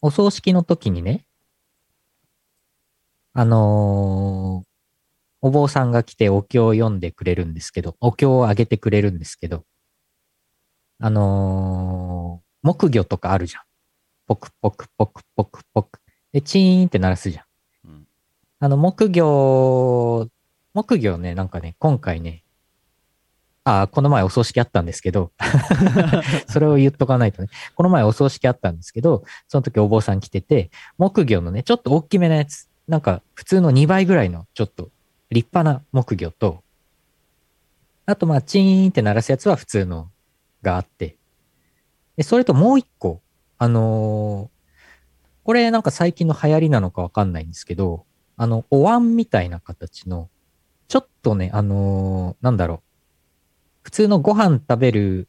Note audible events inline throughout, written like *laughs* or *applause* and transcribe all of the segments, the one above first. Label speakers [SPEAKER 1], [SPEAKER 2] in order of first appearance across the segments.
[SPEAKER 1] お葬式の時にね、あのーお坊さんが来てお経を読んでくれるんですけど、お経をあげてくれるんですけど、あのー木魚とかあるじゃん。ポクポクポクポクポク。で、チーンって鳴らすじゃん。
[SPEAKER 2] うん
[SPEAKER 1] あの、木魚、木魚ね、なんかね、今回ね、あーこの前お葬式あったんですけど、 *laughs* それを言っとかないとね。この前お葬式あったんですけど、その時お坊さん来てて、木魚のね、ちょっと大きめなやつ、なんか普通の2倍ぐらいのちょっと立派な木魚と、あとまあチーンって鳴らすやつは普通のがあって、でそれともう一個、あのーこれなんか最近の流行りなのかわかんないんですけど、あの、お椀みたいな形の、ちょっとね、あのーなんだろう、普通のご飯食べる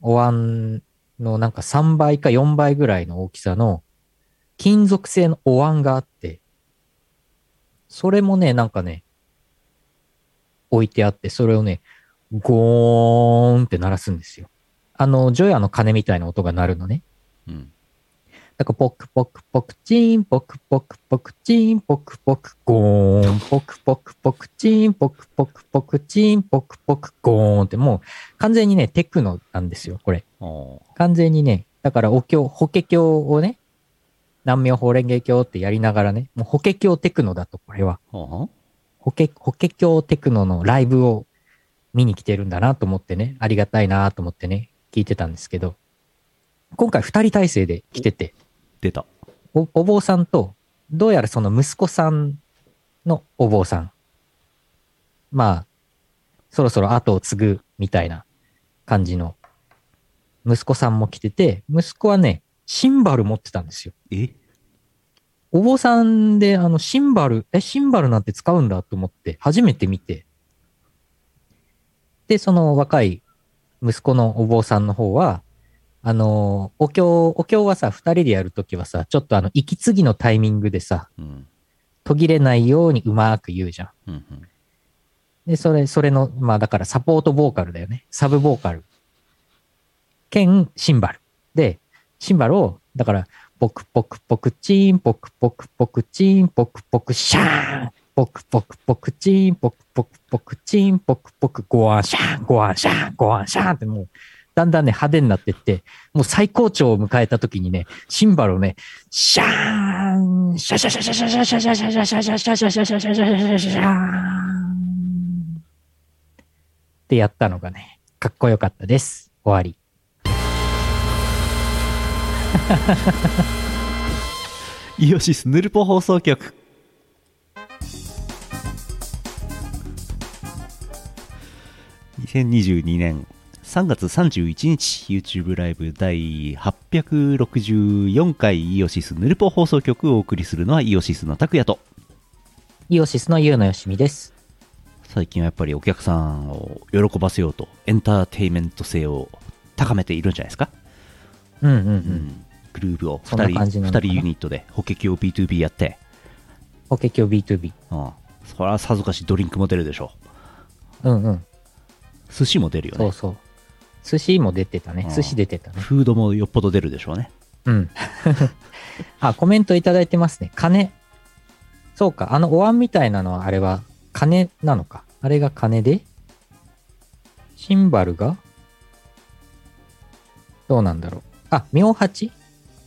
[SPEAKER 1] お椀のなんか3倍か4倍ぐらいの大きさの金属製のお椀があって、それもね、なんかね、置いてあって、それをね、ゴーンって鳴らすんですよ。あの、ジョヤの鐘みたいな音が鳴るのね。
[SPEAKER 2] うん。
[SPEAKER 1] なんかポクポクポクチーン、ポクポクポクチーン、ポクポクゴーン、ポクポクポクチーン、ポクポクポクチーン、ポクポクゴーンってもう完全にね、テクノなんですよ、これ。
[SPEAKER 2] おー
[SPEAKER 1] 完全にね、だからお経、法華経をね、南明法蓮華経ってやりながらね、もう法華経テクノだと、これは。
[SPEAKER 2] ほうほう
[SPEAKER 1] 法華法華経テクノのライブを見に来てるんだなと思ってね、ありがたいなと思ってね、聞いてたんですけど、今回二人体制で来てて、
[SPEAKER 2] 出た。
[SPEAKER 1] おお坊さんと、どうやらその息子さんのお坊さん。まあ、そろそろ後を継ぐみたいな感じの息子さんも来てて、息子はね、シンバル持ってたんですよ。
[SPEAKER 2] え
[SPEAKER 1] お坊さんで、あの、シンバル、え、シンバルなんて使うんだと思って、初めて見て。で、その若い息子のお坊さんの方は、あの、お経、お経はさ、二人でやるときはさ、ちょっとあの、息継ぎのタイミングでさ、
[SPEAKER 2] うん。
[SPEAKER 1] 途切れないようにうまく言うじゃん。
[SPEAKER 2] うんうん。
[SPEAKER 1] で、それ、それの、まあだからサポートボーカルだよね。サブボーカル。兼シンバル。で、シンバルを、だから、ポクポクポクチーン、ポクポクポクチーン、ポクポクシャーン、ポクポクポクチーン、ポクポクポクチーン、ポクポクゴワンシャーン、ゴワンシャーン、ゴワンシャーンってもう、だんだんね、派手になってって、もう最高潮を迎えた時にね、シンバルをね、シャーン、シャシャシャシャシャシャシャシャシャシャシャシャシャシャシャシャシャシャシャーン。ってやったのがね、かっこよかったです。終わり。
[SPEAKER 2] イオシスヌルポ放送局。2022年3月31日 YouTube ライブ第864回イオシスヌルポ放送局をお送りするのはイオシスの拓也と
[SPEAKER 1] イオシスのゆうのよしみです。
[SPEAKER 2] 最近はやっぱりお客さんを喜ばせようとエンターテインメント性を高めているんじゃないですか、
[SPEAKER 1] うんうんう。
[SPEAKER 2] うんグループを
[SPEAKER 1] そんな
[SPEAKER 2] 2人
[SPEAKER 1] 感じなの
[SPEAKER 2] 二
[SPEAKER 1] かな
[SPEAKER 2] 人ユニットで法華経 B2B やって、
[SPEAKER 1] 法華経 B2B。
[SPEAKER 2] うん、そりゃさぞかしドリンクも出るでしょ
[SPEAKER 1] うんうん。
[SPEAKER 2] う寿司も出るよね
[SPEAKER 1] そうそう。寿司も出てたね
[SPEAKER 2] う。ん
[SPEAKER 1] 寿司出てたね。
[SPEAKER 2] フードもよっぽど出るでしょうね
[SPEAKER 1] うん。 *laughs* あ、コメントいただいてますね。金。そうか。あのお椀みたいなのは、あれは金なのか。あれが金でシンバルがどうなんだろう。あ、妙八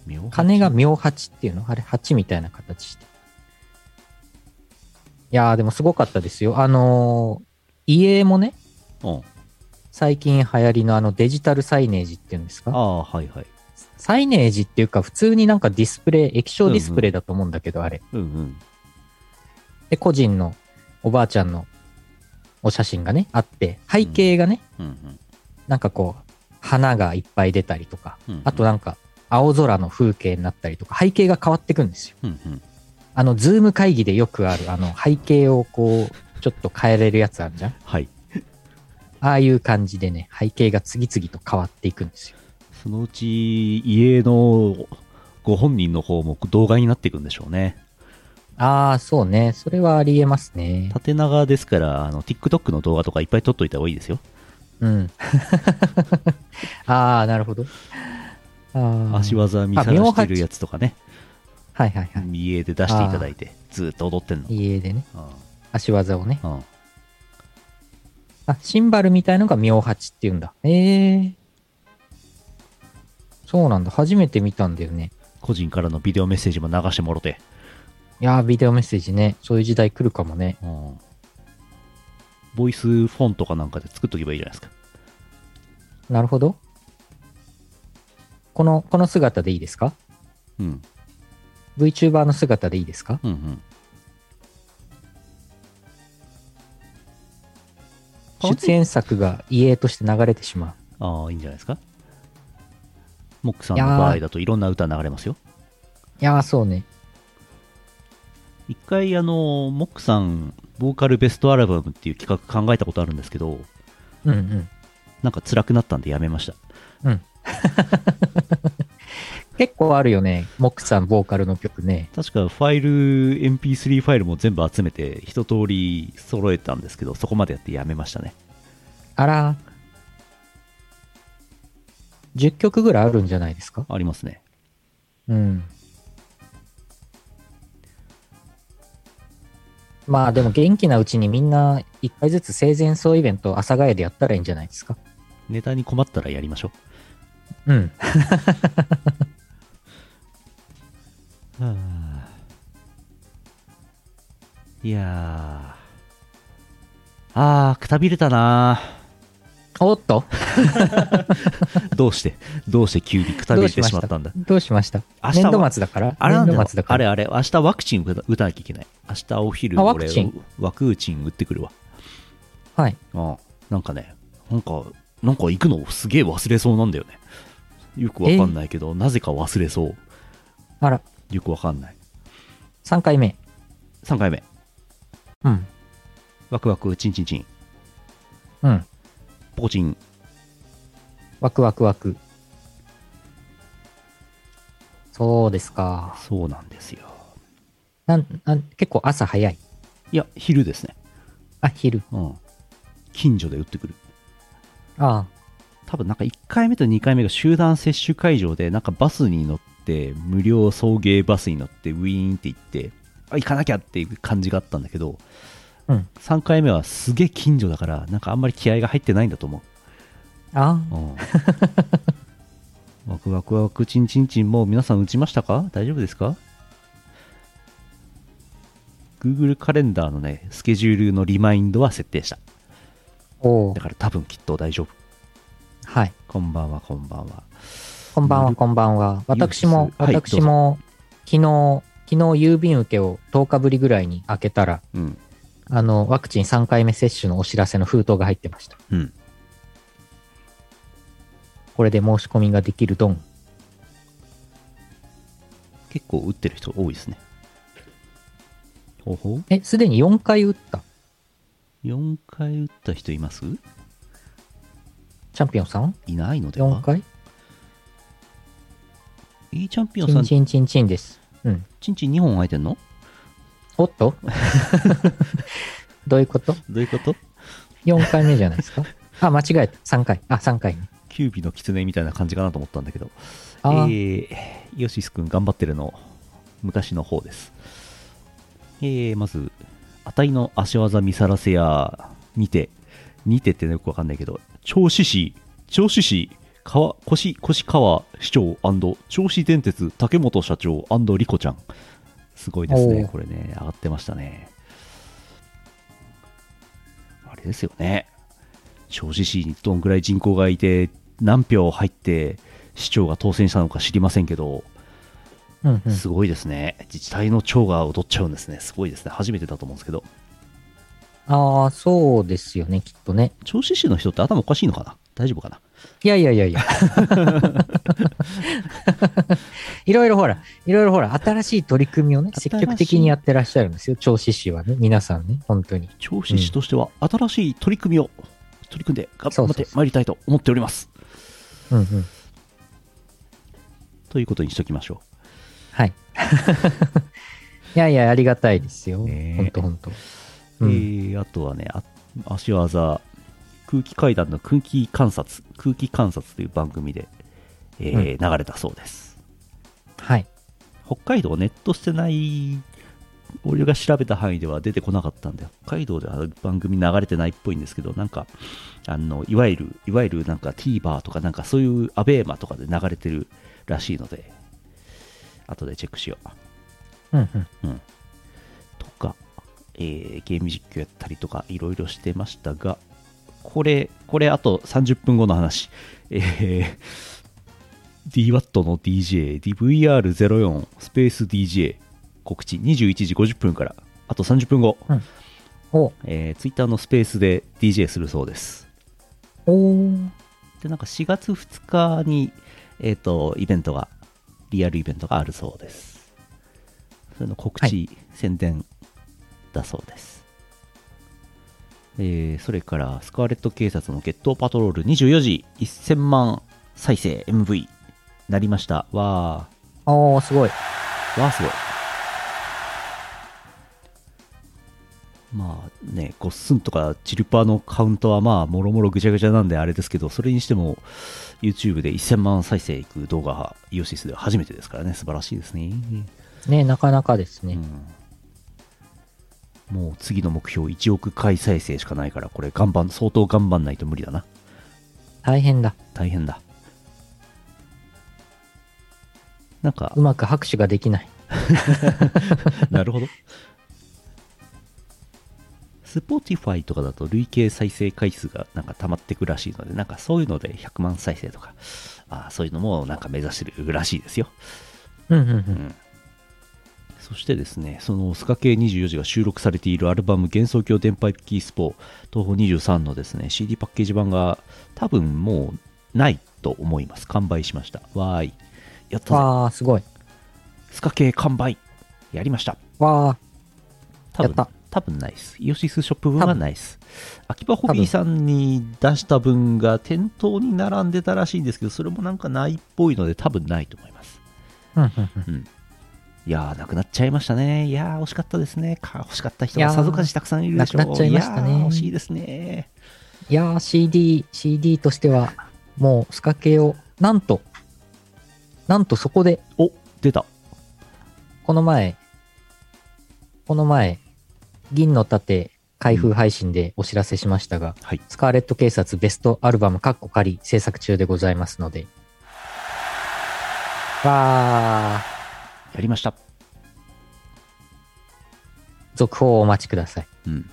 [SPEAKER 2] 妙法
[SPEAKER 1] 金が妙八っていうのあれ、八みたいな形して。いやー、でもすごかったですよ。あのー、家もね、
[SPEAKER 2] うん
[SPEAKER 1] 最近流行りのあのデジタルサイネージっていうんです
[SPEAKER 2] あ
[SPEAKER 1] か
[SPEAKER 2] あはいはい
[SPEAKER 1] サイネージっていうか、普通になんかディスプレイ、液晶ディスプレイだと思うんだけど、あれ。
[SPEAKER 2] うんうん
[SPEAKER 1] で、個人のおばあちゃんのお写真がね、あって、背景がね、
[SPEAKER 2] うんうん
[SPEAKER 1] なんかこう、花がいっぱい出たりとか、
[SPEAKER 2] うんうん
[SPEAKER 1] あとなんか、青空の風景になったりとか、背景が変わってくんですよ。
[SPEAKER 2] うんうん
[SPEAKER 1] あの、ズーム会議でよくある、あの、背景をこう、ちょっと変えれるやつあるじゃん。
[SPEAKER 2] はい
[SPEAKER 1] ああいう感じでね、背景が次々と変わっていくんですよ。
[SPEAKER 2] そのうち家のご本人の方も動画になっていくんでしょうね
[SPEAKER 1] ああ、そうね。それはありえますね。
[SPEAKER 2] 縦長ですからあの TikTok の動画とかいっぱい撮
[SPEAKER 1] *laughs*
[SPEAKER 2] っといた方がいいですよ
[SPEAKER 1] うん。ああ、なるほど。ああ
[SPEAKER 2] 足
[SPEAKER 1] は。
[SPEAKER 2] 技見さらしてるやつとかね、
[SPEAKER 1] はいはいはい。
[SPEAKER 2] 家で出していただいて、ずーっと踊ってんの。
[SPEAKER 1] 家でね、
[SPEAKER 2] う
[SPEAKER 1] 足技をね。
[SPEAKER 2] んうん
[SPEAKER 1] あ、シンバルみたいのが妙八っていうんだ。ええそうなんだ。初めて見たんだよね。
[SPEAKER 2] 個人からのビデオメッセージも流してもろて。
[SPEAKER 1] いやー、ビデオメッセージね。そういう時代来るかもね。
[SPEAKER 2] うんボイスフォンとかなんかで作っとけばいいじゃないですか。
[SPEAKER 1] なるほど。この、この姿でいいですか
[SPEAKER 2] うん。
[SPEAKER 1] ?VTuber の姿でいいですか
[SPEAKER 2] うんうん。可愛い
[SPEAKER 1] 出演作が家として流れてしま
[SPEAKER 2] ああ、いいんじゃないですか。モックさんの場合だといろんな歌流れますよ。
[SPEAKER 1] う。いやー、そうね。
[SPEAKER 2] 一回、あの、モックさん、ボーカルベストアルバムっていう企画考えたことあるんですけど、
[SPEAKER 1] うんうん。
[SPEAKER 2] なんか辛くなったんでやめました。
[SPEAKER 1] 結構あるよね。モックさん、ボーカルの曲ね。
[SPEAKER 2] 確かファイル、MP3 ファイルも全部集めて一通り揃えたんですけど、そこまでやってやめましたね。
[SPEAKER 1] あらー。10曲ぐらいあるんじゃないですか
[SPEAKER 2] ありますね。
[SPEAKER 1] うん。まあでも元気なうちにみんな一回ずつ生前葬イベントを朝帰でやったらいいんじゃないですか
[SPEAKER 2] ネタに困ったらやりましょ
[SPEAKER 1] うん。
[SPEAKER 2] う。いやー。あー、くたびれたな
[SPEAKER 1] おっと
[SPEAKER 2] ーどうして、どうして急にくたびれてしまったんだ。
[SPEAKER 1] どうしました
[SPEAKER 2] 明日
[SPEAKER 1] 年
[SPEAKER 2] は
[SPEAKER 1] 度末だから
[SPEAKER 2] あれなんだ
[SPEAKER 1] 年
[SPEAKER 2] よ
[SPEAKER 1] 度末だか
[SPEAKER 2] あれ
[SPEAKER 1] ら。
[SPEAKER 2] あれ、明日ワクチン打た打たなきゃいけない。明日お昼
[SPEAKER 1] あ
[SPEAKER 2] 俺、
[SPEAKER 1] ワクチン
[SPEAKER 2] ワクチン打ってくるわ。
[SPEAKER 1] はい。
[SPEAKER 2] うん。なんかね、なんか、なんか行くのすげえ忘れそうなんだよね。よくわかんないけど、なぜか忘れそう。
[SPEAKER 1] あら、
[SPEAKER 2] よくわかんない。
[SPEAKER 1] 3回目。
[SPEAKER 2] 3回目。
[SPEAKER 1] うん。
[SPEAKER 2] ワクワク、チンチンチン。
[SPEAKER 1] うん。
[SPEAKER 2] ポコチン。
[SPEAKER 1] ワクワクワク。そうですか。
[SPEAKER 2] そうなんですよ。
[SPEAKER 1] なんなん結構朝早い。
[SPEAKER 2] いや、昼ですね。
[SPEAKER 1] あ、昼。
[SPEAKER 2] うん。近所で打ってくる。
[SPEAKER 1] あ
[SPEAKER 2] 多分なんか1回目と2回目が集団接種会場でなんかバスに乗って無料送迎バスに乗ってウィーンって行ってあ行かなきゃっていう感じがあったんだけど、
[SPEAKER 1] うん
[SPEAKER 2] 3回目はすげえ近所だからなんかあんまり気合が入ってないんだと思
[SPEAKER 1] あ。あ *laughs*
[SPEAKER 2] う、うん、ワクワクワクチンチンチンもう皆さん打ちましたか大丈夫ですか Google カレンダーのねスケジュールのリマインドは設定した
[SPEAKER 1] あ。おお
[SPEAKER 2] だ。から多分きっと大丈夫
[SPEAKER 1] はい。
[SPEAKER 2] こんばんはこんばんは
[SPEAKER 1] こんばん
[SPEAKER 2] ゆ
[SPEAKER 1] は、
[SPEAKER 2] る
[SPEAKER 1] こんばんは。私も、
[SPEAKER 2] はいどうぞ
[SPEAKER 1] 私も、昨日、昨日郵便受けを10日ぶりぐらいに開けたら、
[SPEAKER 2] うん
[SPEAKER 1] あの、ワクチン3回目接種のお知らせの封筒が入ってました。
[SPEAKER 2] うん
[SPEAKER 1] これで申し込みができるドン。
[SPEAKER 2] 結構打ってる人多いですね。おほ
[SPEAKER 1] え、すでに4回打った。
[SPEAKER 2] ?4 回打った人います
[SPEAKER 1] チャンピオンさん
[SPEAKER 2] いないので
[SPEAKER 1] ?4
[SPEAKER 2] は
[SPEAKER 1] 回
[SPEAKER 2] いいチャンピオン
[SPEAKER 1] チ
[SPEAKER 2] さ
[SPEAKER 1] ン
[SPEAKER 2] ん、
[SPEAKER 1] チンチンチンです。うん。
[SPEAKER 2] チンチン2本空いてんの
[SPEAKER 1] おっ
[SPEAKER 2] *laughs*
[SPEAKER 1] とどういうこと
[SPEAKER 2] どういうこと
[SPEAKER 1] ?4 回目じゃないです
[SPEAKER 2] *laughs*
[SPEAKER 1] かあ、間違えた。3回。あ、3回ね。
[SPEAKER 2] キュービの狐みたいな感じかなと思ったんだけど。え
[SPEAKER 1] あー、
[SPEAKER 2] ー、ヨシスくん頑張ってるの、昔の方です。えー、まず、あたいの足技見さらせや、にて、にてってのよくわかんないけど、銚子市、銚子市、川、越、越川市長銚子電鉄竹本社長リコちゃん。すごいです
[SPEAKER 1] お
[SPEAKER 2] ね、
[SPEAKER 1] ー
[SPEAKER 2] これね、上がってましたね。あれですよね。銚子市にどんぐらい人口がいて、何票入って市長が当選したのか知りませんけど、
[SPEAKER 1] うんうん。
[SPEAKER 2] すごいですね。自治体の長が踊っちゃうんですね。すごいですね。初めてだと思うんですけど。
[SPEAKER 1] ああ、そうですよね、きっとね。
[SPEAKER 2] 銚子市の人って頭おかしいのかな大丈夫かない
[SPEAKER 1] やいやいや
[SPEAKER 2] *laughs*
[SPEAKER 1] いや。いろいろほら、いろいろほら、新しい取り組みをね、
[SPEAKER 2] 新しい
[SPEAKER 1] 積極的にやってらっしゃるんですよ、銚子市はね、皆さんね、本当に。
[SPEAKER 2] 銚子市としては新しい取り組みを取り組んで頑
[SPEAKER 1] そう
[SPEAKER 2] 張
[SPEAKER 1] そ
[SPEAKER 2] っ
[SPEAKER 1] うそう
[SPEAKER 2] てまいりたいと思っております。
[SPEAKER 1] うんうん。
[SPEAKER 2] ということにしときましょ *laughs*
[SPEAKER 1] はい。いやいや、ありがたいですよ。
[SPEAKER 2] ねえ
[SPEAKER 1] 本当本当。
[SPEAKER 2] う。
[SPEAKER 1] うん
[SPEAKER 2] えー、あとはね、あ足技、空気階段の空気観察、空気観察という番組で、えー流れたそうです。
[SPEAKER 1] はい。
[SPEAKER 2] 北海道ネットしてない俺が調べた範囲では出てこなかったんで北海道では番組流れてないっぽいんですけどなんかあのいわゆるいわゆるなんか TVer とかなんかそういうアベーマとかで流れてるらしいので後でチェックしよう
[SPEAKER 1] うんうん。
[SPEAKER 2] とか、えーゲーム実況やったりとかいろいろしてましたがこれこれあと30分後の話えー、DWAT の DJDVR04 スペース DJ 告知21時50分からあと30分後、
[SPEAKER 1] お
[SPEAKER 2] えー、Twitter のスペースで DJ するそうです
[SPEAKER 1] おー
[SPEAKER 2] でなんか4月2日にえっ、とイベントがリアルイベントがあるそうですそれの告知、
[SPEAKER 1] は
[SPEAKER 2] 宣伝だそうですえーそれからスカーレット警察の決闘パトロール24時1000万再生 MV なりましたわ
[SPEAKER 1] おーすごい。
[SPEAKER 2] ーわーすごいまあねゴッスンとかチルパーのカウントはまあもろもろぐちゃぐちゃなんであれですけどそれにしても YouTube で1000万再生いく動画はイオシスでは初めてですからね素晴らしいですね
[SPEAKER 1] ね、なかなかですね。
[SPEAKER 2] うん、もう次の目標1億回再生しかないからこれ頑張ん相当頑張んないと無理だな
[SPEAKER 1] 大変だ。
[SPEAKER 2] 大変だなんか
[SPEAKER 1] うまく拍手ができない。
[SPEAKER 2] *laughs* なるほど。スポティファイとかだと累計再生回数がなんか溜まってくらしいので、なんかそういうので100万再生とか、あーそういうのもなんか目指してるらしいですよ。
[SPEAKER 1] うんうんう。
[SPEAKER 2] うんん。そしてですね、そのスカ系24時が収録されているアルバム幻想郷電波キースポ東宝23のですね、CD パッケージ版が多分もうないと思います。完売しました。わーい。やったぜ
[SPEAKER 1] わー、すごい。
[SPEAKER 2] スカ系完売やりました
[SPEAKER 1] わ
[SPEAKER 2] 多分
[SPEAKER 1] やった
[SPEAKER 2] 多分ないです。イオシスショップ分
[SPEAKER 1] 多
[SPEAKER 2] は
[SPEAKER 1] 分
[SPEAKER 2] ないです。秋葉ホビーさんに出した分が店頭に並んでたらしいんですけど、それもなんかないっぽいので、多分ないと思います。
[SPEAKER 1] ー。うんうんうん。
[SPEAKER 2] いやー、なくなっちゃいましたね。いやー、惜しかったですね。か欲しかった人
[SPEAKER 1] い
[SPEAKER 2] が
[SPEAKER 1] やー
[SPEAKER 2] さぞかしたくさんいるでしょう。
[SPEAKER 1] なくなっちゃいましたね
[SPEAKER 2] やー惜しいですね。
[SPEAKER 1] いやー、CD、CD としては、もう、スカ系を、なんと、なんとそこで、
[SPEAKER 2] お出た。
[SPEAKER 1] この前、この前、銀の盾開封配信でお知らせしましたが、
[SPEAKER 2] はい
[SPEAKER 1] スカーレット警察ベストアルバム、カッコ仮制作中でございますので。わー、
[SPEAKER 2] やりました。
[SPEAKER 1] 続報をお待ちください。
[SPEAKER 2] うん。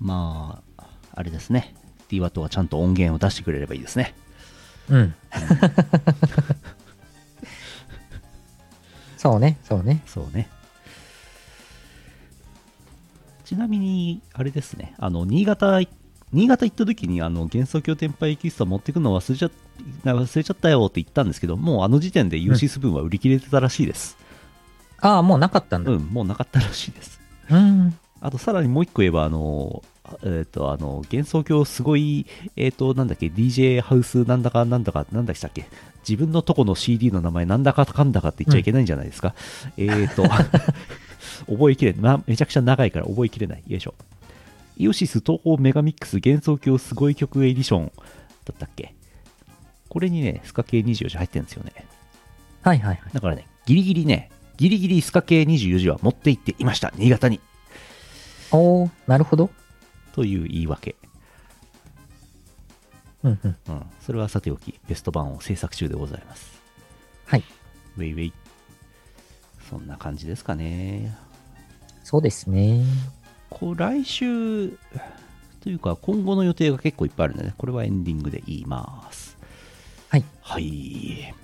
[SPEAKER 2] まあ、あれですね。DWAT はちゃんと音源を出してくれればいいですね。
[SPEAKER 1] うん。 *laughs* そうね、そうね。
[SPEAKER 2] そうね。ちなみに、あれですね、あの、新潟、新潟行った時に、あの、幻想郷天パイキスト持ってくの忘れちゃ忘れちゃったよって言ったんですけど、もうあの時点でユーシス分は売り切れてたらしいです。
[SPEAKER 1] ああ、もうなかったん
[SPEAKER 2] う
[SPEAKER 1] だ。
[SPEAKER 2] ん、もうなかったらしいです。
[SPEAKER 1] うん。
[SPEAKER 2] あと、さらにもう一個言えば、あの、あえっ、と、あの、幻想郷すごい、えっ、と、なんだっけ、DJ ハウスなんだかなんだか、なんだっけ、自分のとこの CD の名前なんだかかんだかって言っちゃいけないんじゃないですか。え
[SPEAKER 1] *laughs*
[SPEAKER 2] っと、覚えきれない、まめちゃくちゃ長いから覚えきれない。よいしょ。イオシス東宝メガミックス幻想郷すごい曲エディションだったっけこれにね、スカ系24時入ってるんですよね。
[SPEAKER 1] はいはいはい。
[SPEAKER 2] だからね、ギリギリね、ギリギリスカ系24時は持って行っていました。新潟に。
[SPEAKER 1] おー、なるほど。
[SPEAKER 2] という言い訳。
[SPEAKER 1] うんうん。
[SPEAKER 2] うん、それはさておき、ベスト版を制作中でございます。
[SPEAKER 1] はい。
[SPEAKER 2] ウェイウェイ。そんな感じですかね。
[SPEAKER 1] そうですね。
[SPEAKER 2] こう来週というか、今後の予定が結構いっぱいあるんでね、これはエンディングで言います。
[SPEAKER 1] はい。
[SPEAKER 2] はい。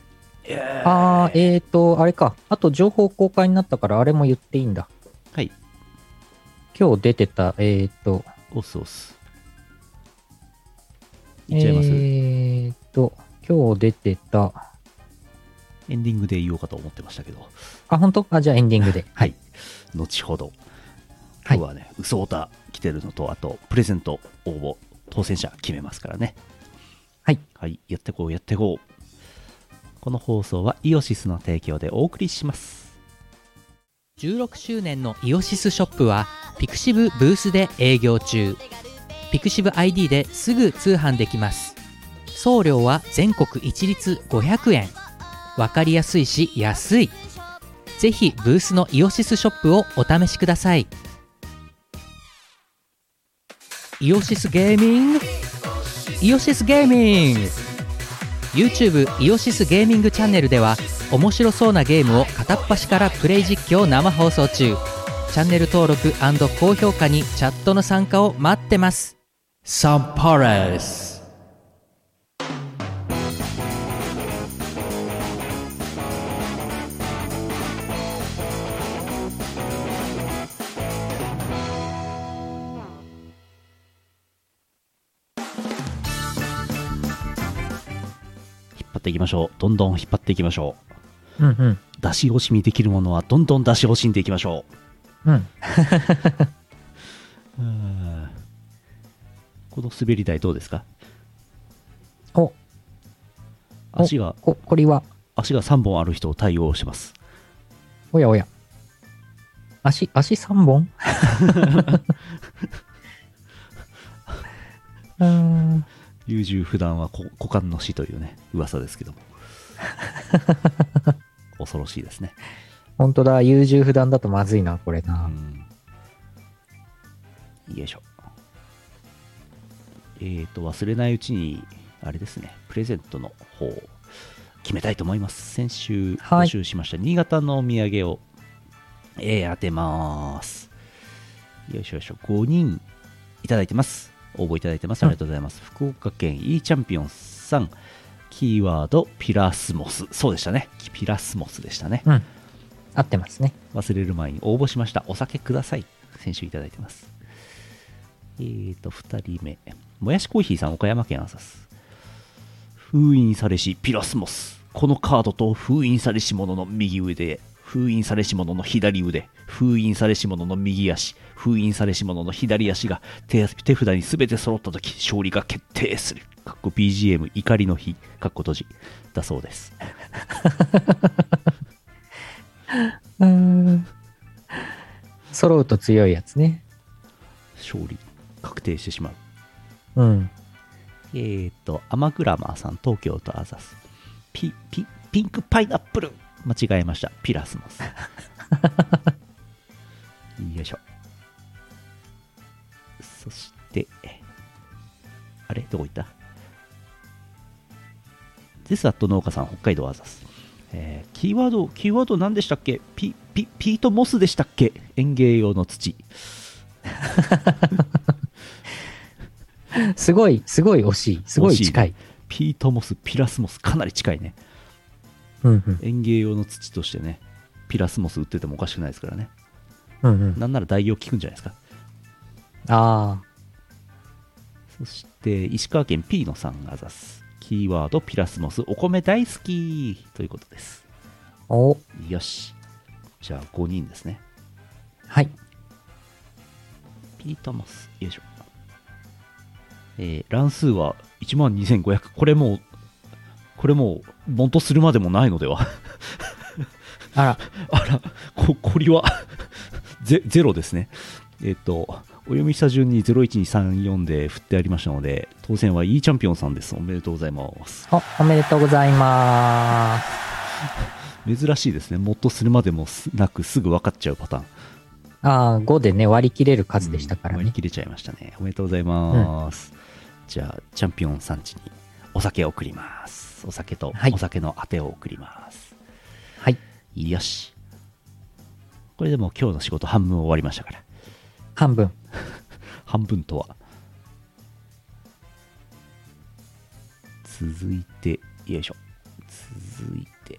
[SPEAKER 1] あー、えーと、あれか。あと情報公開になったから、あれも言っていいんだ。
[SPEAKER 2] はい。
[SPEAKER 1] 今日出てた、えーと、
[SPEAKER 2] オスオス。いっちゃいます、
[SPEAKER 1] えーと、今日出てた、
[SPEAKER 2] エンディングで言おうかと思ってましたけど、
[SPEAKER 1] あ、本当あ、じゃあエンディングで。
[SPEAKER 2] はい。後ほど。
[SPEAKER 1] は
[SPEAKER 2] 今
[SPEAKER 1] い
[SPEAKER 2] 日はね、嘘オタ来てるのと、あと、プレゼント応募、当選者決めますからね。
[SPEAKER 1] はい。
[SPEAKER 2] はい、やってこう、やってこう。この放送はイオシスの提供でお送りします。
[SPEAKER 3] 16周年のイオシスショップはピクシブブースで営業中ピクシブ ID ですぐ通販できます送料は全国一律500円わかりやすいし安いぜひブースのイオシスショップをお試しくださいイオシスゲーミングイオシスゲーミング YouTube イオシスゲーミングチャンネルでは面白そうなゲームを片っ端からプレイ実況生放送中チャンネル登録高評価にチャットの参加を待ってますサンパレス
[SPEAKER 2] 引っ張っていきましょうどんどん引っ張っていきましょう
[SPEAKER 1] うんうん。
[SPEAKER 2] 出し惜しみできるものはどんどん出し惜しんでいきましょ
[SPEAKER 1] うん。
[SPEAKER 2] ううーんこの滑り台どうですか
[SPEAKER 1] お、お
[SPEAKER 2] 足が
[SPEAKER 1] こ、これは、
[SPEAKER 2] 足が3本ある人を対応します
[SPEAKER 1] おやおや。足、足3本 *laughs* うーん。
[SPEAKER 2] 優柔不断はこ股間の死というね噂ですけども恐ろしいですね、
[SPEAKER 1] 本当だ、優柔不断だとまずいな、これ
[SPEAKER 2] う
[SPEAKER 1] な。
[SPEAKER 2] んよいしょえーと忘れないうちにあれですねプレゼントの方を決めたいと思います先週
[SPEAKER 1] は
[SPEAKER 2] 募
[SPEAKER 1] い
[SPEAKER 2] 集しました、新潟のお土産を、えー当てますよいしょよいしょ5人いただいてます応募いただいてますありがとうございます、福岡県 E チャンピオンさんキーワードピラスモスそうでしたねピラスモスでしたね
[SPEAKER 1] うん。合ってますね。
[SPEAKER 2] 忘れる前に応募しましたお酒ください先週いただいてますえーと2人目もやしコーヒーさん岡山県アサス封印されしピラスモスこのカードと封印されし者の右腕封印されし者の左腕封印されし者の右足封印されし者の左足が手手札に全て揃った時勝利が決定するかっこ BGM 怒りの日かっこ閉じだそうです
[SPEAKER 1] うーん。揃うと強いやつね。
[SPEAKER 2] 勝利確定してしまう
[SPEAKER 1] うん。
[SPEAKER 2] えー、と、アマグラマーさん、東京とアザス。ピ、ピ、ピンクパイナップル間違えました。ピラスモス。 *laughs* よいしょ。そして、あれどこ行ったゼスアット農家さん、北海道アザス。えーキーワード、キーワード何でしたっけピ、ピ、ピートモスでしたっけ園芸用の土。
[SPEAKER 1] すごい、すごい惜しい。すごい近い。
[SPEAKER 2] ピートモス、ピラスモス、かなり近いね。
[SPEAKER 1] うんうん。
[SPEAKER 2] 園芸用の土としてねピラスモス売っててもおかしくないですからね
[SPEAKER 1] うんうん。
[SPEAKER 2] なんなら代用効くんじゃないですか
[SPEAKER 1] あ
[SPEAKER 2] そして石川県 P のさんがざすキーワードピラスモスお米大好きということです
[SPEAKER 1] あ。お、
[SPEAKER 2] よしじゃあ5人ですね
[SPEAKER 1] はい。
[SPEAKER 2] ピートモスよいしょえー乱数は12500これもうこれもうボンとするまでもないのでは
[SPEAKER 1] あら、
[SPEAKER 2] あらここりはゼゼロですねえっと、お読みした順に01234で振ってありましたので、当選は E チャンピオンさんです。おめでとうございます。
[SPEAKER 1] お、おめでとうございます。
[SPEAKER 2] 珍しいですね。もっとするまでもすなくすぐ分かっちゃうパターン。
[SPEAKER 1] ああ、5でね、割り切れる数でしたから
[SPEAKER 2] うん割り
[SPEAKER 1] ね。
[SPEAKER 2] 切れちゃいましたね。おめでとうございます。じゃあ、チャンピオンさんちにお酒を送ります。お酒と、
[SPEAKER 1] はい
[SPEAKER 2] お酒のあてを送ります。
[SPEAKER 1] はい。
[SPEAKER 2] よし。これでもう今日の仕事半分終わりましたから。
[SPEAKER 1] 半分。
[SPEAKER 2] 半分とは続いてよいしょ続いて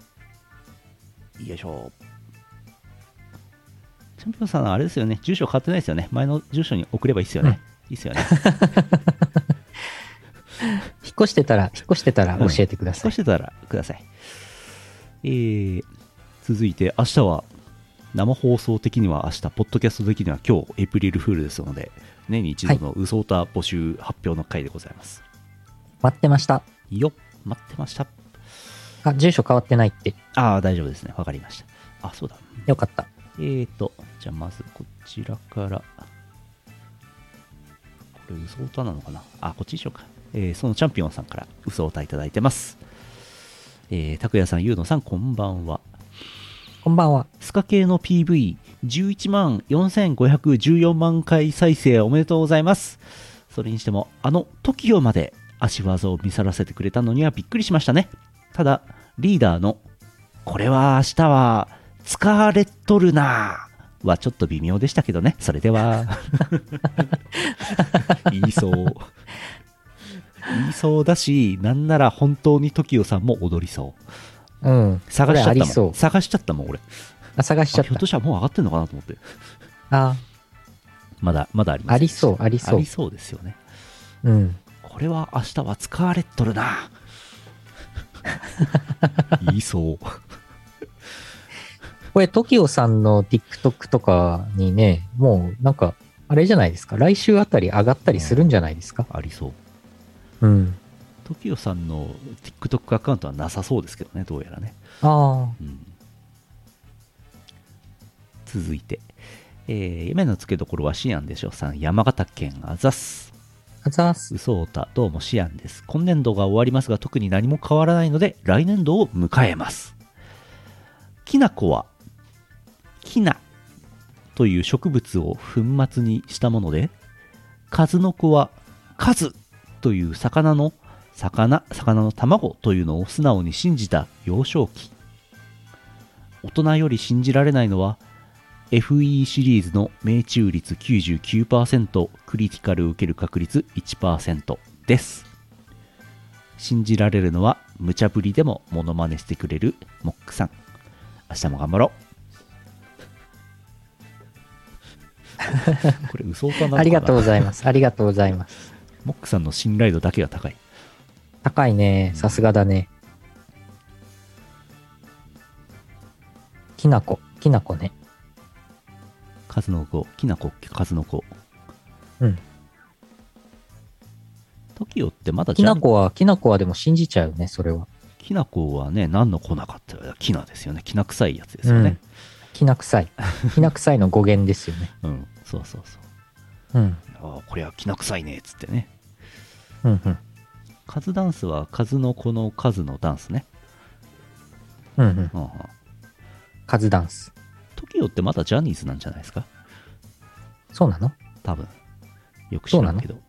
[SPEAKER 2] よいしょチャンピオンさんあれですよね住所変わってないですよね前の住所に送ればいいですよね、いいですよね
[SPEAKER 1] 引っ越してたら、引っ越してたら教えてくださ
[SPEAKER 2] 少
[SPEAKER 1] い。
[SPEAKER 2] しだらくださいえー、続いて明日は生放送的には明日ポッドキャスト的には今日エイプリルフールですので年に一度の嘘歌募集発表の回でございます、
[SPEAKER 1] 待ってました。
[SPEAKER 2] よっ待ってました
[SPEAKER 1] あ、住所変わってないって。
[SPEAKER 2] ああ、大丈夫ですね。わかりました。あ、そうだ。
[SPEAKER 1] よかった。
[SPEAKER 2] えーと、じゃあまずこちらから。これ、嘘歌なのかなあ、こっちにしようか。えーそのチャンピオンさんから嘘をたいただいてます。えー、拓也さん、ゆうのさん、こんばんは。
[SPEAKER 1] こんばんは。
[SPEAKER 2] スカ系の PV11 万4514万回再生おめでとうございますそれにしてもあの TOKIO まで足技を見さらせてくれたのにはびっくりしましたねただリーダーの「これは明日は疲れとるな」はちょっと微妙でしたけどねそれ
[SPEAKER 1] *laughs*
[SPEAKER 2] では言いそう言いそうだしなんなら本当に TOKIO さんも踊りそう
[SPEAKER 1] うん。
[SPEAKER 2] 探しち
[SPEAKER 1] こ
[SPEAKER 2] ゃっ
[SPEAKER 1] れあり
[SPEAKER 2] たも
[SPEAKER 1] そ
[SPEAKER 2] ん
[SPEAKER 1] う
[SPEAKER 2] 探しちゃったもん俺
[SPEAKER 1] あ、探しちゃっ
[SPEAKER 2] あひょっとしたらもう上がってんのかなと思って
[SPEAKER 1] た。あ
[SPEAKER 2] まだ、まだあります。
[SPEAKER 1] ありそう、あり
[SPEAKER 2] あ
[SPEAKER 1] そう
[SPEAKER 2] り。そうですよね。
[SPEAKER 1] うん。
[SPEAKER 2] これは明日は使われっとる *laughs* な。言いそう。
[SPEAKER 1] これ、TOKIO さんの TikTok とかにね、もうなんか、あれじゃないですか。来週あたり上がったりするんじゃないですか。
[SPEAKER 2] ありそう。
[SPEAKER 1] うん。
[SPEAKER 2] TOKIO さんの TikTok アカウントはなさそうですけどね、どうやらね。
[SPEAKER 1] あ
[SPEAKER 2] うん続いて、えー、夢の付けどころはシアンでしょさん、山形県あざす。
[SPEAKER 1] あ、あざーす。
[SPEAKER 2] 嘘おた、どうもシアンです。今年度が終わりますが、特に何も変わらないので、来年度を迎えます。きなこは、きなという植物を粉末にしたもので、数の子は、数という魚の、魚、魚の卵というのを素直に信じた幼少期。大人より信じられないのは、FE シリーズの命中率99%クリティカル受ける確率1%です信じられるのは無茶ぶりでもモノマネしてくれるモックさん明日も頑張ろ
[SPEAKER 1] *laughs*
[SPEAKER 2] うこれ嘘かなのかな
[SPEAKER 1] ありがとうございます。ありがとうございます。
[SPEAKER 2] モックさんの信頼度だけが高い
[SPEAKER 1] 高いね。さすがだね。きなこ、きなこね。
[SPEAKER 2] 数の子きなこ数の子
[SPEAKER 1] うん
[SPEAKER 2] トキオってまだ
[SPEAKER 1] き
[SPEAKER 2] ジャ
[SPEAKER 1] な
[SPEAKER 2] ン
[SPEAKER 1] こは、きなこはでも信じちゃうね、それは。
[SPEAKER 2] きなこはね何の粉かって言ったらきなですよねきな臭いやつですよね
[SPEAKER 1] きな臭い。きな臭いの語源ですよね。
[SPEAKER 2] うん、そうそうそ
[SPEAKER 1] う
[SPEAKER 2] う
[SPEAKER 1] ん。
[SPEAKER 2] ああこれはきな臭いねっつってね
[SPEAKER 1] うんうん。
[SPEAKER 2] カズダンスは数の子の数のダンスね
[SPEAKER 1] うんうん。
[SPEAKER 2] うんうん
[SPEAKER 1] カズダンス。
[SPEAKER 2] トキオってまだジャニーズなんじゃないですか
[SPEAKER 1] そうなの
[SPEAKER 2] 多分よく知らんけど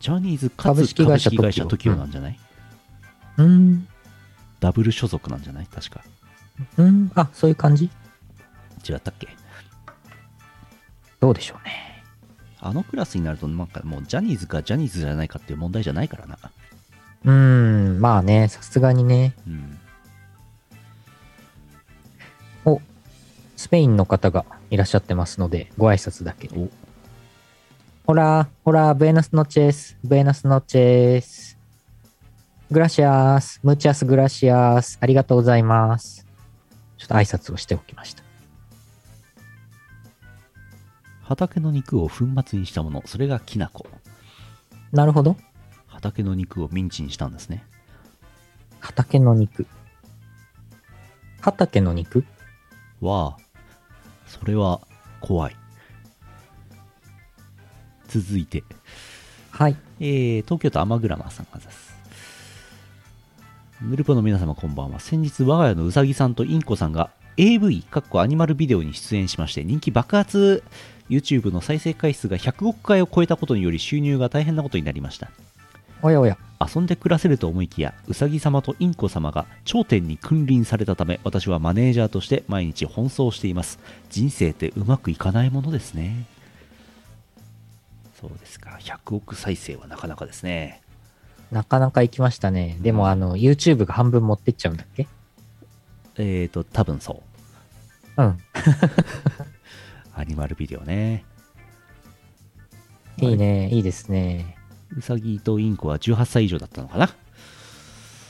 [SPEAKER 2] ジャニーズかつ
[SPEAKER 1] 株式会社
[SPEAKER 2] 株式会社
[SPEAKER 1] TOKIO
[SPEAKER 2] トキオなんじゃない、
[SPEAKER 1] うーん。
[SPEAKER 2] ダブル所属なんじゃない確か
[SPEAKER 1] うーん。あ、そういう感じ
[SPEAKER 2] 違ったっけ
[SPEAKER 1] どうでしょうね。
[SPEAKER 2] あのクラスになるとなんかもうジャニーズかジャニーズじゃないかっていう問題じゃないからな
[SPEAKER 1] うーん。まあね、さすがにね。
[SPEAKER 2] うん
[SPEAKER 1] お、スペインの方がいらっしゃってますので、ご挨拶だけ。
[SPEAKER 2] お
[SPEAKER 1] ほら、ほら、ブエナスノチェス、ブエナスノチェス。グラシアス、ムチャスグラシアス、ありがとうございます。ちょっと挨拶をしておきました。
[SPEAKER 2] 畑の肉を粉末にしたものそれがきなこ
[SPEAKER 1] なるほど。
[SPEAKER 2] 畑の肉をミンチにしたんですね
[SPEAKER 1] 畑の肉。畑の肉
[SPEAKER 2] わあそれは怖い続いて、
[SPEAKER 1] はい。
[SPEAKER 2] えー東京都アマグラマーさんがですヌルポの皆様こんばんは先日我が家のうさぎさんとインコさんが AV かっこアニマルビデオに出演しまして人気爆発 YouTube の再生回数が100億回を超えたことにより収入が大変なことになりました
[SPEAKER 1] おやおや。
[SPEAKER 2] 遊んで暮らせると思いきやウサギ様とインコ様が頂点に君臨されたため私はマネージャーとして毎日奔走しています人生ってうまくいかないものですねそうですか100億再生はなかなかですね
[SPEAKER 1] なかなか行きましたね。でも、あの、YouTube が半分持ってっちゃうんだっけ
[SPEAKER 2] えーと多分そう
[SPEAKER 1] うん。
[SPEAKER 2] アニマルビデオね
[SPEAKER 1] いいね。いいですね。
[SPEAKER 2] ウサギとインコは18歳以上だったのかな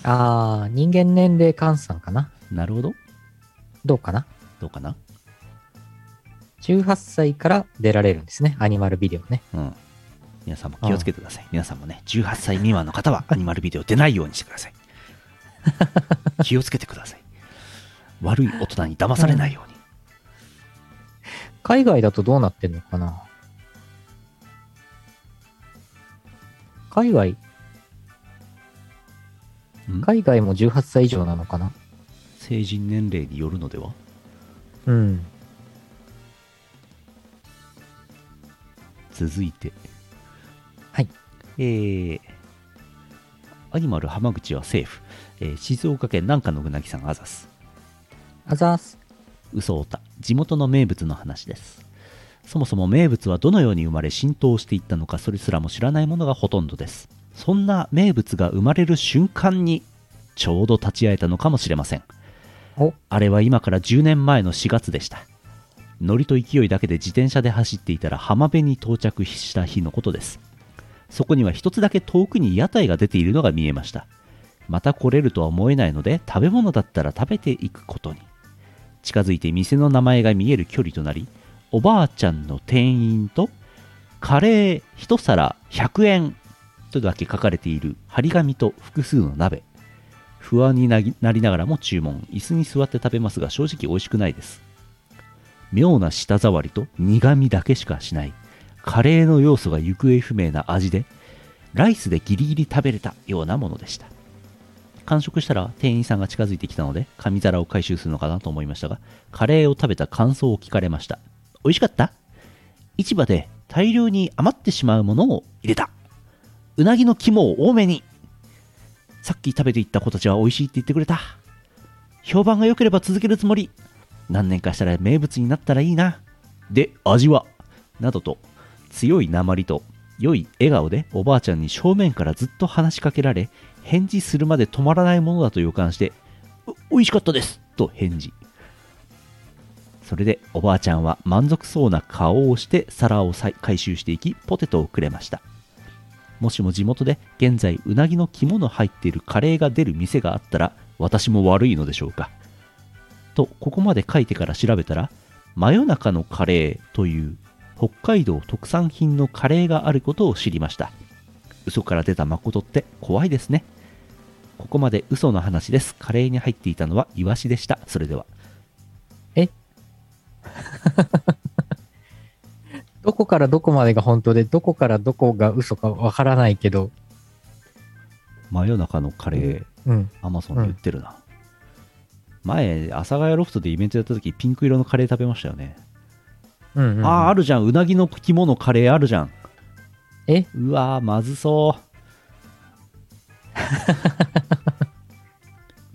[SPEAKER 1] あー、人間年齢換算かな
[SPEAKER 2] なるほど
[SPEAKER 1] どうかな
[SPEAKER 2] どうかな
[SPEAKER 1] ?18 歳から出られるんですね。アニマルビデオね。
[SPEAKER 2] うん皆さんも気をつけてください皆さんもね18歳未満の方はアニマルビデオ出ないようにしてく
[SPEAKER 1] *laughs*
[SPEAKER 2] ださい気をつけてください悪い大人に騙されないように、
[SPEAKER 1] 海外だとどうなってんのかな海外、
[SPEAKER 2] ん
[SPEAKER 1] 海外も18歳以上なのかな
[SPEAKER 2] 成人年齢によるのでは
[SPEAKER 1] うん。
[SPEAKER 2] 続いて
[SPEAKER 1] はい
[SPEAKER 2] えー、アニマル浜口はセーフ、えー静岡県南下のうなぎさんあざす
[SPEAKER 1] あざーす。
[SPEAKER 2] 嘘おた地元の名物の話ですそもそも名物はどのように生まれ浸透していったのかそれすらも知らないものがほとんどですそんな名物が生まれる瞬間にちょうど立ち会えたのかもしれません
[SPEAKER 1] お、
[SPEAKER 2] あれは今から10年前の4月でしたノリと勢いだけで自転車で走っていたら浜辺に到着した日のことですそこには一つだけ遠くに屋台が出ているのが見えましたまた来れるとは思えないので食べ物だったら食べていくことに近づいて店の名前が見える距離となりおばあちゃんの店員とカレー一皿100円とだけ書かれている張り紙と複数の鍋不安になぎなりながらも注文椅子に座って食べますが正直美味しくないです妙な舌触りと苦味だけしかしないカレーの要素が行方不明な味でライスでギリギリ食べれたようなものでした完食したら店員さんが近づいてきたので紙皿を回収するのかなと思いましたがカレーを食べた感想を聞かれました美味しかった市場で大量に余ってしまうものを入れたうなぎの肝を多めにさっき食べていった子たちは美味しいって言ってくれた評判が良ければ続けるつもり何年かしたら名物になったらいいなで味はなどと強い鉛と良い笑顔でおばあちゃんに正面からずっと話しかけられ返事するまで止まらないものだと予感してう美味しかったですと返事それでおばあちゃんは満足そうな顔をして皿をさい回収していきポテトをくれましたもしも地元で現在うなぎの肝の入っているカレーが出る店があったら私も悪いのでしょうかとここまで書いてから調べたら真夜中のカレーという北海道特産品のカレーがあることを知りました嘘から出た誠って怖いですねここまで嘘の話ですカレーに入っていたのはイワシでしたそれでは
[SPEAKER 1] どこからどこまでが本当で、どこからどこが嘘かわからないけど、
[SPEAKER 2] 真夜中のカレー、
[SPEAKER 1] うん。
[SPEAKER 2] アマゾンで売ってるな、前阿佐ヶ谷ロフトでイベントやった時ピンク色のカレー食べましたよね、
[SPEAKER 1] うん、うんうん。
[SPEAKER 2] あああるじゃんうなぎの肝のカレーあるじゃん
[SPEAKER 1] え
[SPEAKER 2] うわーまずそ う